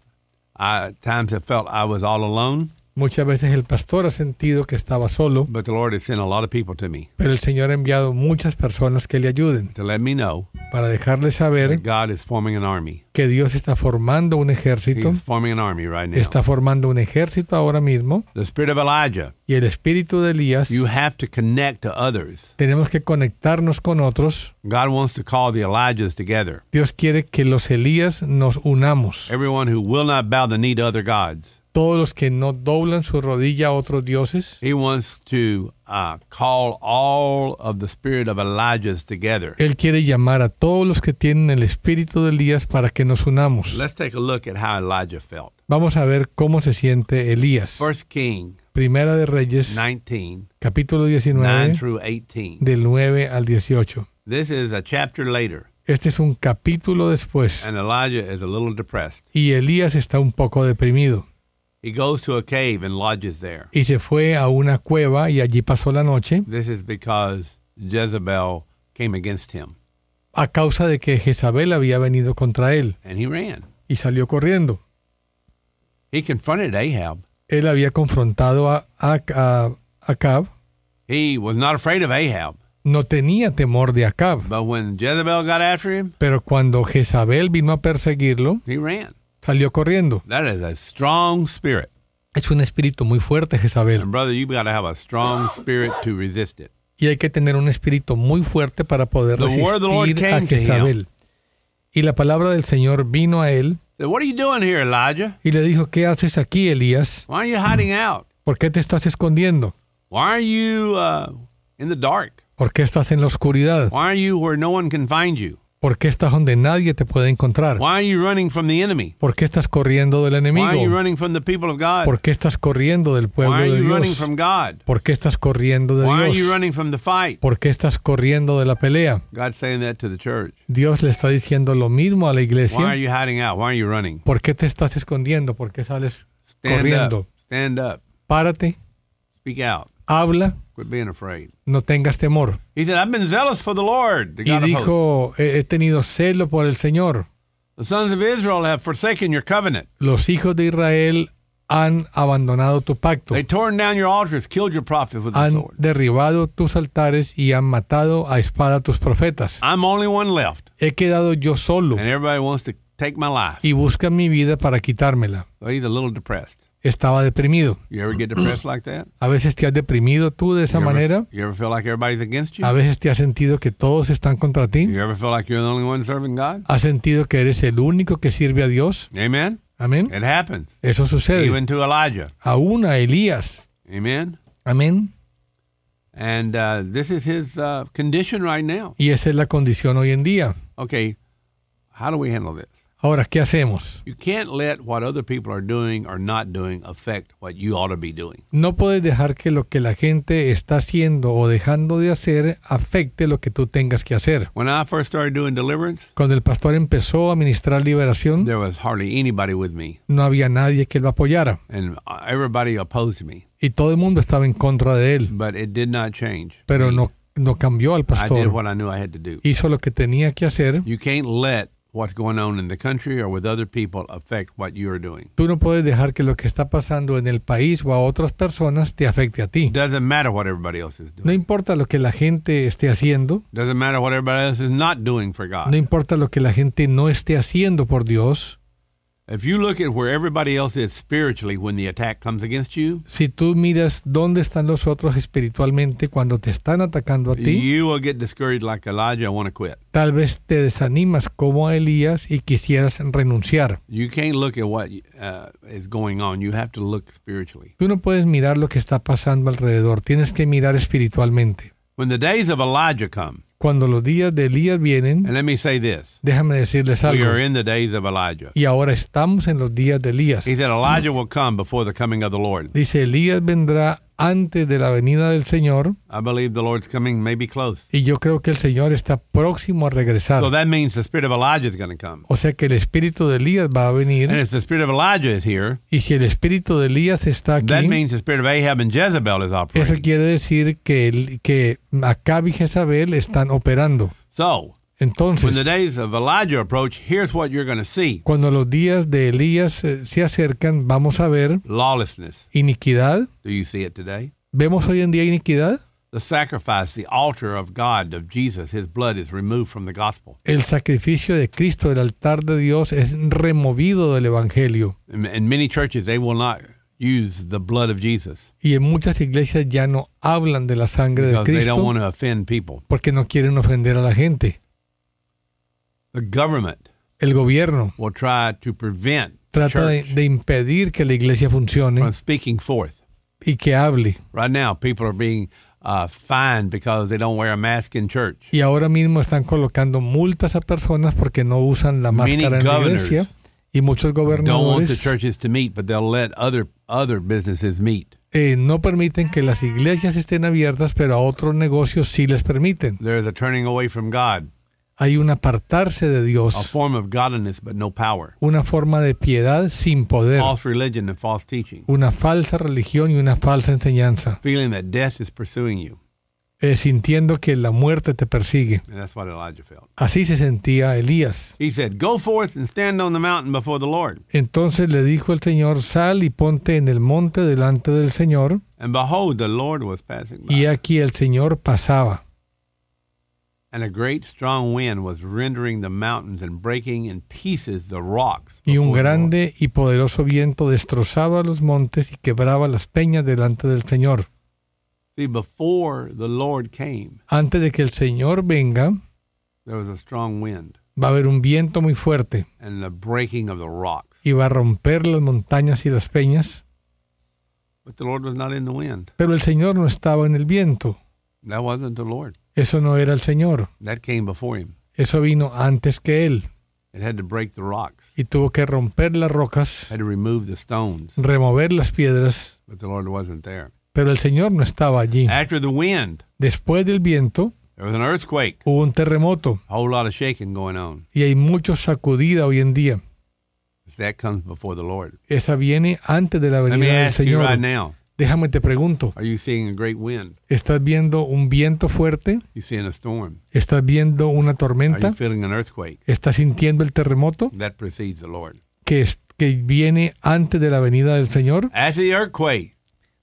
I at times have felt I was all alone,
Muchas veces el pastor ha sentido que estaba solo,
but the Lord has sent a lot of people to me
pero el Señor ha enviado muchas personas que le ayuden
to let me know
para dejarle saber
that God is forming an army.
que Dios está formando un ejército,
He's forming an army right now.
está formando un ejército ahora mismo
The spirit of Elijah.
y el espíritu de Elías
You have to connect to others.
tenemos que conectarnos con otros.
God wants to call the Elijahs together.
Dios quiere que los Elías nos unamos.
Everyone who will not bow the knee to other gods.
Todos los que no doblan su rodilla a otros dioses,
He wants to uh, call all of the spirit of Elijahs together.
Él quiere llamar a todos los que tienen el espíritu de Elías para que nos unamos.
Let's take a look at how Elijah felt.
Vamos a ver cómo se siente Elías.
First King
Primera de Reyes,
19,
capítulo
9
19,
through 18.
del 9 al 18.
This is a chapter later,
Este es un capítulo después
and Elijah is a little depressed.
y Elías está un poco deprimido
He goes to a cave and lodges there.
y se fue a una cueva y allí pasó la noche
This is because Jezebel came against him,
a causa de que Jezabel había venido contra él
and he ran.
y salió corriendo.
He confronted Ahab.
Él había confrontado a, a, a Acab,
He He was not afraid of Ahab.
No tenía temor de Acab,
But when Jezebel got after him,
pero cuando Jezabel vino a perseguirlo,
he ran.
salió corriendo.
That is a strong spirit.
Es un espíritu muy fuerte Jezabel
And brother, you've got to have a strong spirit to resist it.
y hay que tener un espíritu muy fuerte para poder
The word of the Lord
resistir a
came to him.
Jezabel. Y la palabra del Señor vino a él
So what are you doing here, Elijah?
y le dijo, ¿qué haces aquí, Elías?
Why are you hiding out?
¿Por qué te estás escondiendo?
Why are you uh, in the dark?
¿Por qué estás en la oscuridad?
Why are you where no one can find you?
¿Por qué estás donde nadie te puede encontrar?
Why are you running from the enemy?
¿Por qué estás corriendo del
Why are you
enemigo?
running from the people of God?
¿Por qué estás corriendo del pueblo
Why are
de
you running
Dios?
from God?
¿Por qué estás corriendo de
Why are you
Dios?
running from the fight?
¿Por qué estás corriendo de la pelea?
God's saying that to the church.
Dios le está diciendo lo mismo a la
Why are
iglesia.
you hiding out? Why are you running?
¿Por qué te estás escondiendo? ¿Por qué sales
Stand
corriendo?
up. Stand up.
Párate,
Speak out.
habla,
Quit being afraid.
no tengas temor.
He said, I've been zealous for the Lord, the
Y
God of hosts.
dijo, he he tenido celo por el Señor.
The sons of Israel have forsaken your covenant.
Los hijos de Israel han abandonado tu pacto,
They torn down your altars, killed your prophets with the
han
sword.
derribado tus altares y han matado a espada a tus profetas.
I'm only one left,
He quedado yo solo
and everybody wants to take my life.
y buscan mi vida para quitármela.
So he's a little depressed.
Estaba deprimido.
You ever get depressed like
[clears throat]
that?
A veces te has deprimido tú de esa
you,
manera.
ever, you ever feel like everybody's against you?
A veces te has sentido que todos están contra ti.
You ever feel like you're the only one serving God?
Has sentido que eres el único que sirve a Dios.
Amen.
Amén.
It happens.
Eso sucede.
Even to Elijah.
Aún a Elías.
Amen.
Amén.
And uh, this is his uh, condition right now.
Y esa es la condición hoy en día.
Okay, how do we handle this?
Ahora, ¿qué hacemos?
You can't let what other people are doing or not doing affect what you ought to be doing.
No puedes dejar que lo que la gente está haciendo o dejando de hacer afecte lo que tú tengas que hacer.
When I first started doing deliverance,
Cuando el pastor empezó a ministrar liberación,
there was hardly anybody with me,
no había nadie que lo apoyara
and everybody opposed me,
y todo el mundo estaba en contra de él,
but it did not change.
pero no, no cambió
I
al
did
pastor.
what I knew I had to do.
Hizo lo que tenía que hacer.
You can't let what's going on in the country or with other people affect what you are doing.
Tú no puedes dejar que lo que está pasando en el país o a otras personas te afecte a ti.
It doesn't matter what everybody else is
No
doing.
importa lo que la gente esté haciendo,
Doesn't matter what everybody else is not doing for
no
God.
importa lo que la gente no esté haciendo por Dios.
If you look at where everybody else is spiritually when the attack comes against you,
Si tú miras dónde están los otros espiritualmente cuando te están atacando a ti,
you will get discouraged like Elijah and want to quit.
tal vez te desanimas como a Elías y quisieras renunciar.
You can't look at what uh, is going on. You have to look spiritually.
Tú no puedes mirar lo que está pasando alrededor, tienes que mirar espiritualmente.
When the days of Elijah come,
Cuando los días de Elías vienen,
and let me say this
déjame decirles
we
algo.
are in the days of Elijah.
Y ahora estamos en los días de Elías.
He said, Elijah will come before the coming of the Lord.
Dice, Elías vendrá antes de la venida del Señor
I believe the Lord's coming may be close.
y yo creo que el Señor está próximo a regresar.
So that means the spirit of Elijah is going to come.
O sea que el espíritu de Elías va a
And
venir
if the spirit of Elijah is here,
y si el espíritu de Elías está
that
aquí,
means the spirit of Ahab and Jezebel is
eso
operating.
quiere decir que, el- que Acab y Jezabel están operando.
So when the
Entonces,
days of Elijah approach, here's what you're going to see
cuando los días de Elías eh, se acercan, vamos a ver
lawlessness.
iniquidad.
Do you see it today?
¿Vemos hoy en día iniquidad?
The sacrifice, the altar of God, of Jesus, his blood is removed from the gospel.
El sacrificio de Cristo, el altar de Dios, es removido del Evangelio.
In, in many churches, they will not use the blood of Jesus
Y en muchas iglesias ya no hablan de la sangre de
because they don't
Cristo
want to offend people.
porque no quieren ofender a la gente.
The government
El gobierno
will try to prevent the
trata de,
church
de impedir que la iglesia funcione
from speaking forth.
y que hable.
Right now, people are being uh, fined because they don't wear a mask in church.
Y ahora mismo están colocando multas a personas porque no usan la
Many
máscara en la
governors
iglesia. Y muchos
Don't want the
gobernadores
churches to meet, but they'll let other other businesses meet.
eh, no permiten que las iglesias estén abiertas, pero a otros negocios sí les permiten.
There's a turning away from God,
Hay un apartarse de
a
Dios,
form of godliness but no power,
una forma de piedad sin poder,
false religion and false teaching.
una falsa religión y una falsa enseñanza.
feeling that death is pursuing you.
eh, sintiendo que la muerte te persigue.
And that's what Elijah felt.
Así se sentía Elías.
He said, Go forth and stand on the mountain before the Lord.
Entonces le dijo el Señor, sal y ponte en el monte delante del Señor,
And behold, the Lord was passing by.
y aquí el Señor pasaba.
And a great strong wind was rendering the mountains and breaking in pieces the rocks.
Y
before the
un
Lord.
grande y poderoso viento destrozaba los montes y quebraba las peñas delante del Señor.
See, before the Lord came,
Antes de que el Señor venga,
there was a strong wind
va a haber un viento muy fuerte
and the breaking of the rocks.
y va a romper las montañas y las peñas,
But the Lord was not in the wind.
pero el Señor no estaba en el viento.
That wasn't the Lord.
Eso no era el Señor,
That came before him.
eso vino antes que Él
It had to break the rocks,
y tuvo que romper las rocas,
had to remove the stones.
remover las piedras,
But the Lord wasn't there.
pero el Señor no estaba allí.
After the wind,
Después del viento
there was an earthquake,
hubo un terremoto
a whole lot of shaking going on.
y hay mucho sacudida hoy en día.
That comes before the Lord.
Esa viene antes de la
Let me
venida del
ask you right
Señor.
now
Déjame te pregunto,
are you seeing a great wind?
¿estás viendo un viento fuerte?
You seeing a storm?
¿Estás viendo una
Are you
tormenta?
feeling an earthquake?
¿Estás sintiendo el terremoto?
That precedes the Lord.
que, es- que viene antes de la venida del Señor.
After the earthquake,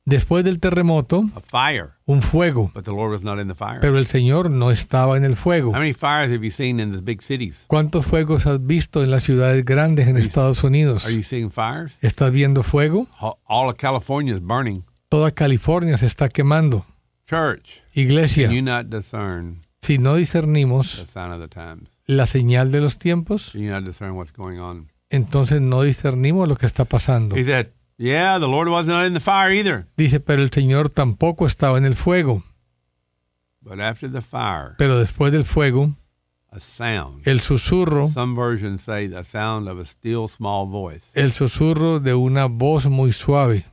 Después del terremoto,
a fire,
un fuego,
but the Lord was not in the fire.
pero el Señor no estaba en el fuego.
How many fires have you seen in the big cities?
¿Cuántos fuegos has visto en las ciudades grandes en Estados Unidos?
Are you seeing fires?
¿Estás viendo fuego?
Ho- All of California is burning.
Toda California se está quemando.
Church,
Iglesia,
can you not discern
si no
the
discernimos
sign of the times?
la señal de los tiempos,
Can you not discern what's going on?
entonces no discernimos lo que está pasando.
He said, Yeah, the Lord wasn't in the fire either.
Dice, pero el Señor tampoco estaba en el fuego.
But after the fire,
Pero después del fuego,
a sound.
el susurro,
Some versions say the sound of a still small voice.
el susurro de una voz muy suave.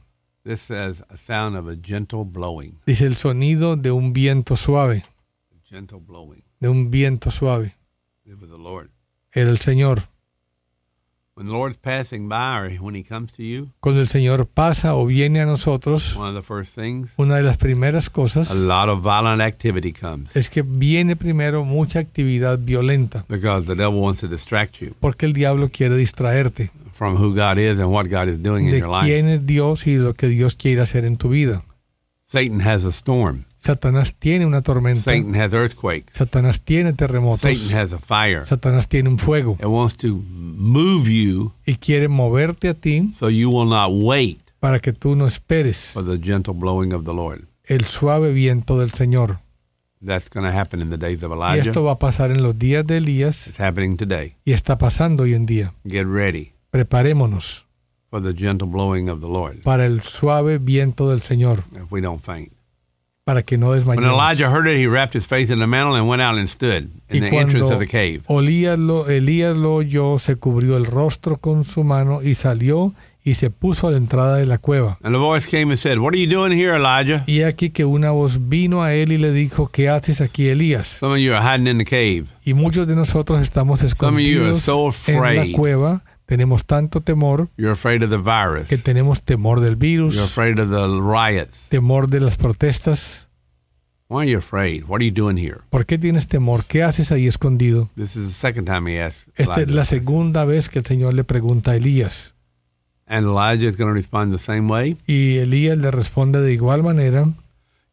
This says a sound of a gentle blowing.
Dice el sonido de un viento suave,
Gentle blowing.
de un viento suave.
It was the Lord.
Era el Señor.
When the Lord's passing by or when he comes to you,
Cuando el Señor pasa o viene a nosotros,
one of the first things,
una de las primeras cosas
a lot of violent activity comes
es que viene primero mucha actividad violenta,
because the devil wants to distract you
porque el diablo quiere distraerte
from who God is and what God is doing in
de
your life.
quién es Dios y lo que Dios quiere hacer en tu vida.
Satan has a storm.
Satanás tiene una tormenta,
Satan has earthquakes.
Satanás tiene
Satan
terremotos,
has a fire.
Satanás tiene un fuego
It wants to move you
y quiere moverte a ti
so you will not wait
para que tú no esperes
for the gentle blowing of the Lord.
el suave viento del Señor.
That's going to happen in the days of
Y
Elijah.
esto va a pasar en los días de Elías
It's happening today.
y está pasando hoy en día.
Get ready
Preparémonos
for the gentle blowing of the Lord
para el suave viento del Señor,
if we don't faint.
para que no
When
desmayemos.
Elijah heard it, he wrapped his face in the mantle and went out and stood in the
y cuando
entrance of the cave.
Olías lo- Elías lo oyó, se cubrió el rostro con su mano y salió y se puso a la entrada de la cueva.
And the voice came and said, What are you doing here, Elijah?
Y aquí que una voz vino a él y le dijo, ¿qué haces aquí, Elías?
Some of you are hiding in the cave.
Y muchos de nosotros estamos
Some of you are
escondidos
so
en la
afraid.
cueva, tenemos tanto temor
You're afraid of the virus.
que tenemos temor del
You're
virus,
afraid of the riots.
temor de las protestas,
Why are you afraid? What are you doing here?
¿Por qué tienes temor? ¿Qué haces ahí escondido?
This is the second time he asked.
Esta es
Elijah.
la segunda vez que el Señor le pregunta a Elías.
And Elijah is going to respond the same way.
Y Elías le responde de igual manera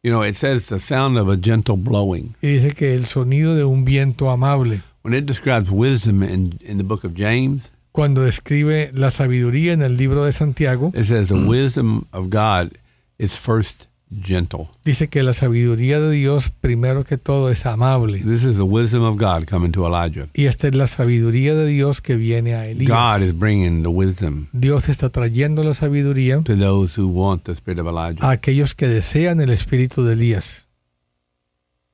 You know, it says the sound of a gentle blowing.
y dice que el sonido de un viento amable.
When it describes wisdom in, in the book of James,
Cuando describe la sabiduría en el libro de Santiago,
it says the wisdom of God is first gentle.
dice que la sabiduría de Dios primero que todo es amable.
This is the wisdom of God coming to Elijah.
Y esta es la sabiduría de Dios que viene a
God is
Elías.
bringing the wisdom
Dios está trayendo la sabiduría
to those who want the spirit of Elijah.
a aquellos que desean el espíritu de Elías.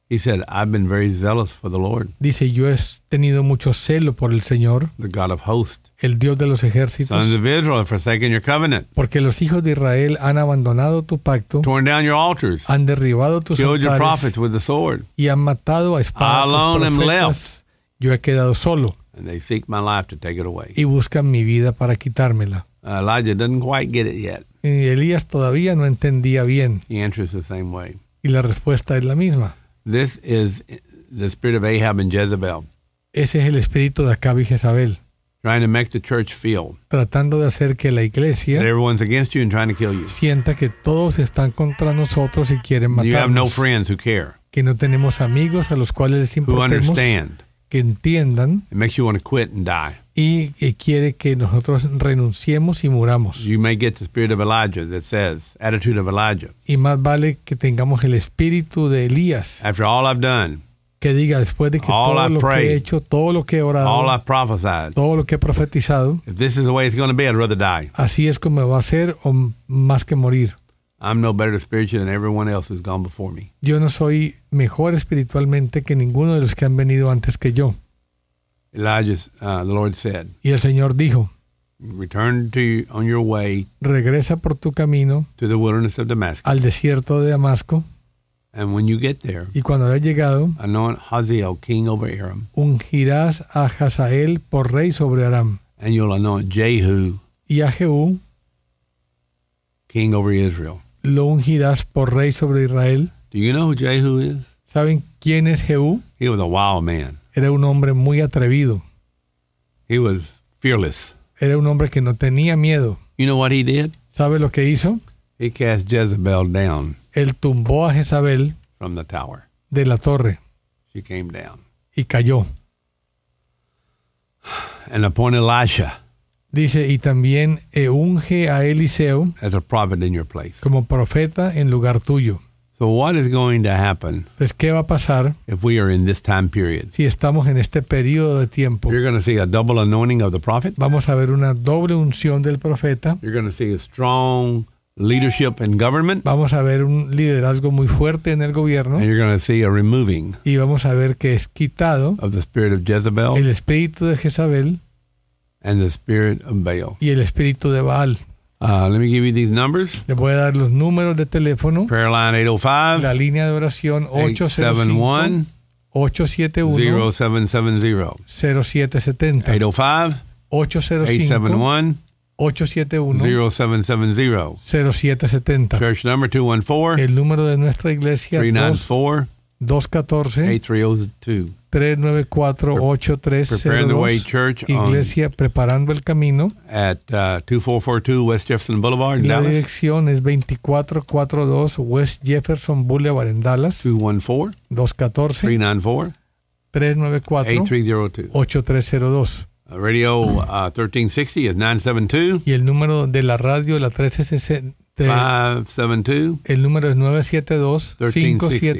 He said, I've been very zealous for the Lord,
Dice, yo he tenido mucho celo por el Señor,
the God of hosts.
el Dios de los ejércitos.
Sons of Israel have forsaken your covenant,
Porque los hijos de Israel han abandonado tu pacto,
torn down your altars,
han derribado tus
killed your prophets
altares
with the sword,
y han matado a espada a
Alone
tus
am
profetas. Yo he quedado solo
and they seek my life to take it away. Uh,
y buscan mi vida para quitármela.
Elijah doesn't quite get it yet.
Y Elías todavía no entendía bien
He answers the same way.
y la respuesta es la misma.
This is the spirit of Ahab and Jezebel
Ese es el espíritu de Acab y Jezabel,
trying to make the church feel
tratando de hacer que la
that
iglesia
everyone's against you and trying to kill you.
sienta que todos están contra nosotros y quieren
You have no
matarnos,
friends who care,
que no tenemos amigos a los cuales les
who
importemos,
understand.
que entiendan
It makes you want to quit and die.
y que quiere que nosotros renunciemos y muramos.
You may get the spirit of Elijah that says, attitude of Elijah.
Y más vale que tengamos el espíritu de Elías,
After all I've done,
que diga después de que
All
todo
I
lo que
prayed.
he hecho, todo lo que he
all
orado,
I've prophesied,
todo lo que he profetizado,
if this is the way it's going to be, I'd rather die.
así es como va a ser o m- más que morir.
I'm no better spiritually than everyone else who's gone before me.
Yo no soy mejor espiritualmente que ninguno de los que han venido antes que yo.
Elijah, uh, the Lord said,
Y el Señor dijo,
return to on your way
regresa por tu camino
to the wilderness of Damascus.
al desierto de Damasco
And when you get there,
y cuando hayas llegado,
anoint Hazael king over Aram,
ungirás a Hazael por rey sobre Aram
and you'll anoint Jehu
y a Jehú
king over Israel.
lo ungirás por rey sobre Israel.
Do you know who Jehu is?
¿Saben quién es Jehú?
He was a wild man.
Era un hombre muy atrevido,
He was fearless.
era un hombre que no tenía miedo.
You know what he did?
¿Sabe lo que hizo?
He cast Jezebel down
Él tumbó a Jezabel
from the tower.
de la torre
She came down.
y cayó.
And appoint Elisha
Dice, y también eh, unge a Eliseo
as a prophet in your place.
como profeta en lugar tuyo.
So what is going to happen
Entonces, ¿qué va a pasar
if we are in this time period?
si estamos en este periodo de tiempo?
You're going to see a double anointing of the prophet.
Vamos a ver una doble unción del profeta,
You're going to see a strong leadership in government.
vamos a ver un liderazgo muy fuerte en el gobierno
And you're going to see a removing
y vamos a ver que es quitado
of the spirit of Jezebel
el espíritu de Jezabel
and the spirit of Baal.
y el espíritu de Baal.
Uh, let me give you these numbers.
Les voy a dar los números de teléfono,
Prayer line 805
la línea de oración
871
805-871-0770.
0770. 805 871
805-871-0770.
0770. Church number 214
El número de nuestra iglesia
394 8302.
214-394-8302.
Preparing the way church on,
Iglesia Preparando el Camino.
at uh, 2442 West Jefferson Boulevard in
La
Dallas.
dirección es 2442 West Jefferson Boulevard en Dallas.
214 394
214-394-8302.
8302. Uh, Radio uh, 1360 is 972
Y el número de la radio, la 1360.
572
El número es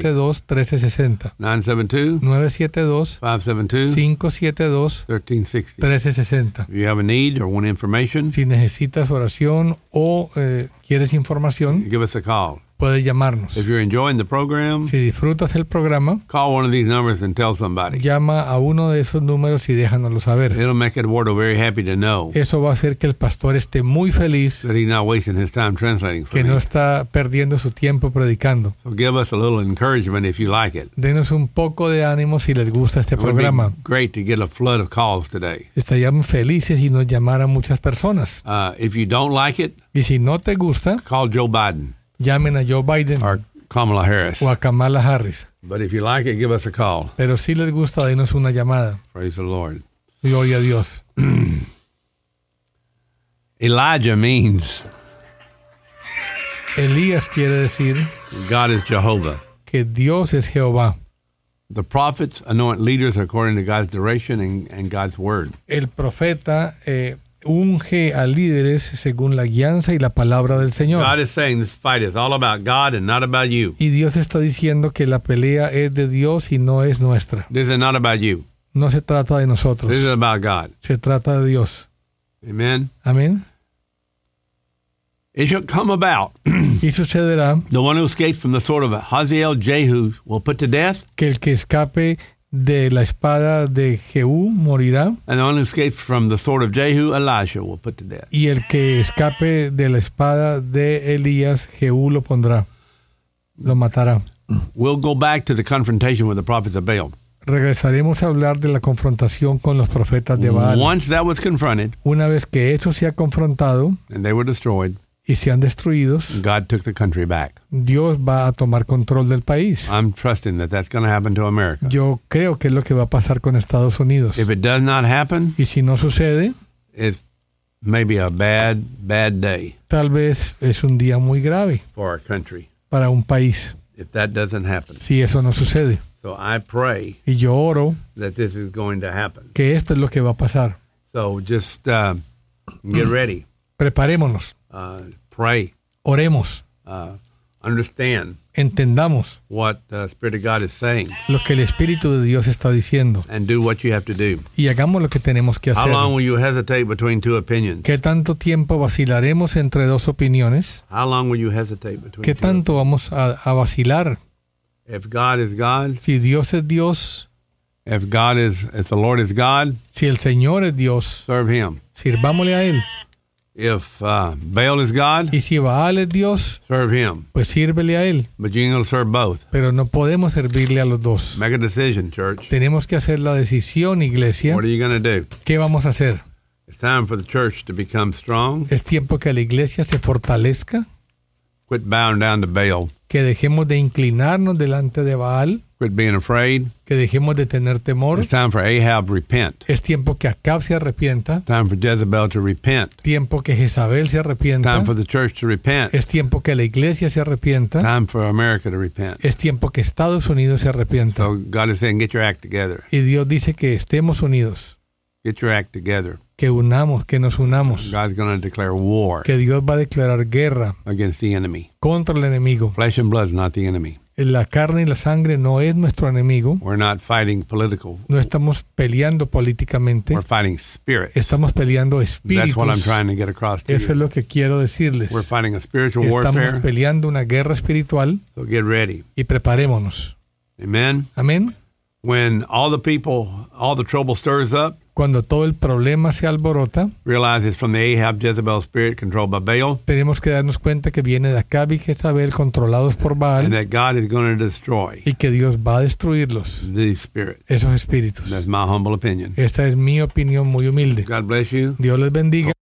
972-572-1360.
972 572
972-572-1360.
1360. If you have a need or want information,
Si necesitas oración o eh, quieres información,
give us a call.
puedes llamarnos.
If you're enjoying the program,
Si disfrutas el programa,
call one of these numbers and tell somebody.
llama a uno de esos números y déjanoslo saber.
It'll make Eduardo very happy to know
Eso va a hacer que el pastor esté muy feliz,
that he's not wasting his time translating for
que
me.
no está perdiendo su tiempo predicando.
So give us a little encouragement if you like it.
Denos un poco de ánimo si les gusta este
It would
programa.
be great to get a flood of calls today.
Estaríamos felices si nos llamaran muchas personas.
Uh, if you don't like it,
Y si no te gusta,
call Joe Biden
llamen a Joe Biden
or Kamala Harris.
o a Kamala Harris.
But if you like it, give us a call.
Pero si les gusta, denos una llamada.
Praise the Lord.
Gloria a Dios.
Elijah means
Elías quiere decir
God is Jehovah.
que Dios es Jehová.
The prophets anoint leaders according to God's direction and, and God's word.
El profeta eh, unge a líderes según la guianza y la palabra del
God
Señor.
is saying this fight is all about God and not about you.
Y Dios está diciendo que la pelea es de Dios y no es nuestra.
This is not about you.
No se trata de
This is
nosotros,
about God.
se trata de Dios.
Amen.
Amén.
It shall come about [clears throat]
Y sucederá
the one who escapes from the sword of Hazael Jehu will put to death,
que el que escape de la espada de Jehú morirá,
and the one who escapes from the sword of Jehu Elisha will put to death.
y el que escape de la espada de Elías, Jehú lo pondrá, lo matará.
We'll go back to the confrontation with the prophets of Baal.
Regresaremos a hablar de la confrontación con los profetas de Baal.
Once that was confronted
Una vez que eso se ha confrontado
and they were destroyed,
y sean destruidos,
God took the country back.
Dios va a tomar control del país.
I'm trusting that that's going to happen to America.
Yo creo que es lo que va a pasar con Estados Unidos.
If it does not happen,
Y si no sucede,
it's maybe a bad, bad day
tal vez es un día muy grave
for our country
para un país,
if that doesn't happen.
si eso no sucede.
So I pray
Y yo oro
that this is going to happen.
que esto es lo que va a pasar.
So just uh, get ready,
Preparémonos,
uh, pray,
oremos,
uh, understand
entendamos
what the Spirit of God is saying,
lo que el Espíritu de Dios está diciendo
and do what you have to do.
y hagamos lo que tenemos que
How
hacer.
long will you hesitate between two opinions?
¿Qué tanto tiempo vacilaremos entre dos opiniones?
How long will you hesitate between
¿Qué
two?
tanto vamos a, a vacilar?
If God is God,
Si Dios es Dios,
if God is, if the Lord is God,
si el Señor es Dios,
serve Him.
sirvámosle a Él.
If uh, Baal is God,
Y si Baal es Dios,
serve Him.
pues sírvele a Él.
But you ain't gonna serve both.
Pero no podemos servirle a los dos.
Make a decision, church.
Tenemos que hacer la decisión, iglesia.
What are you gonna do?
¿Qué vamos a hacer?
It's time for the church to become strong.
¿Es tiempo que la iglesia se fortalezca?
Quit bowing down to Baal.
¿Que dejemos de inclinarnos delante de Baal?
Quit being afraid.
¿Que dejemos de tener temor?
It's time for Ahab to repent.
Es tiempo que Acab se arrepienta.
Time for Jezebel to repent.
Tiempo que Jezabel se arrepienta.
Time for the church to repent.
Es tiempo que la iglesia se arrepienta.
Time for America to repent.
Es tiempo que Estados Unidos se arrepienta.
So God is saying, get your act together.
Y Dios dice que estemos unidos,
Get your act together.
que unamos, que nos unamos.
God's going to declare war
Que Dios va a declarar guerra
against the enemy.
contra el enemigo.
Flesh and blood's not the enemy.
La carne y la sangre no es nuestro enemigo.
We're not fighting political.
No estamos peleando políticamente.
We're fighting spirits.
Estamos peleando
That's what I'm
espíritus.
trying to get across to
Eso es
you.
lo que quiero decirles.
We're fighting a spiritual
Estamos
warfare.
peleando una guerra espiritual
So get ready.
y preparémonos.
Amen.
Amén.
When all the people, all the trouble stirs up,
Cuando todo el problema se alborota,
realize it's from the Ahab Jezebel spirit controlled by Baal,
tenemos que darnos cuenta que viene de Acab y Jezabel controlados por
and
Baal
that God is going to destroy
y que Dios va a destruirlos,
these spirits.
esos espíritus.
That's my humble opinion.
Esta es mi opinión muy humilde.
God bless you.
Dios les bendiga.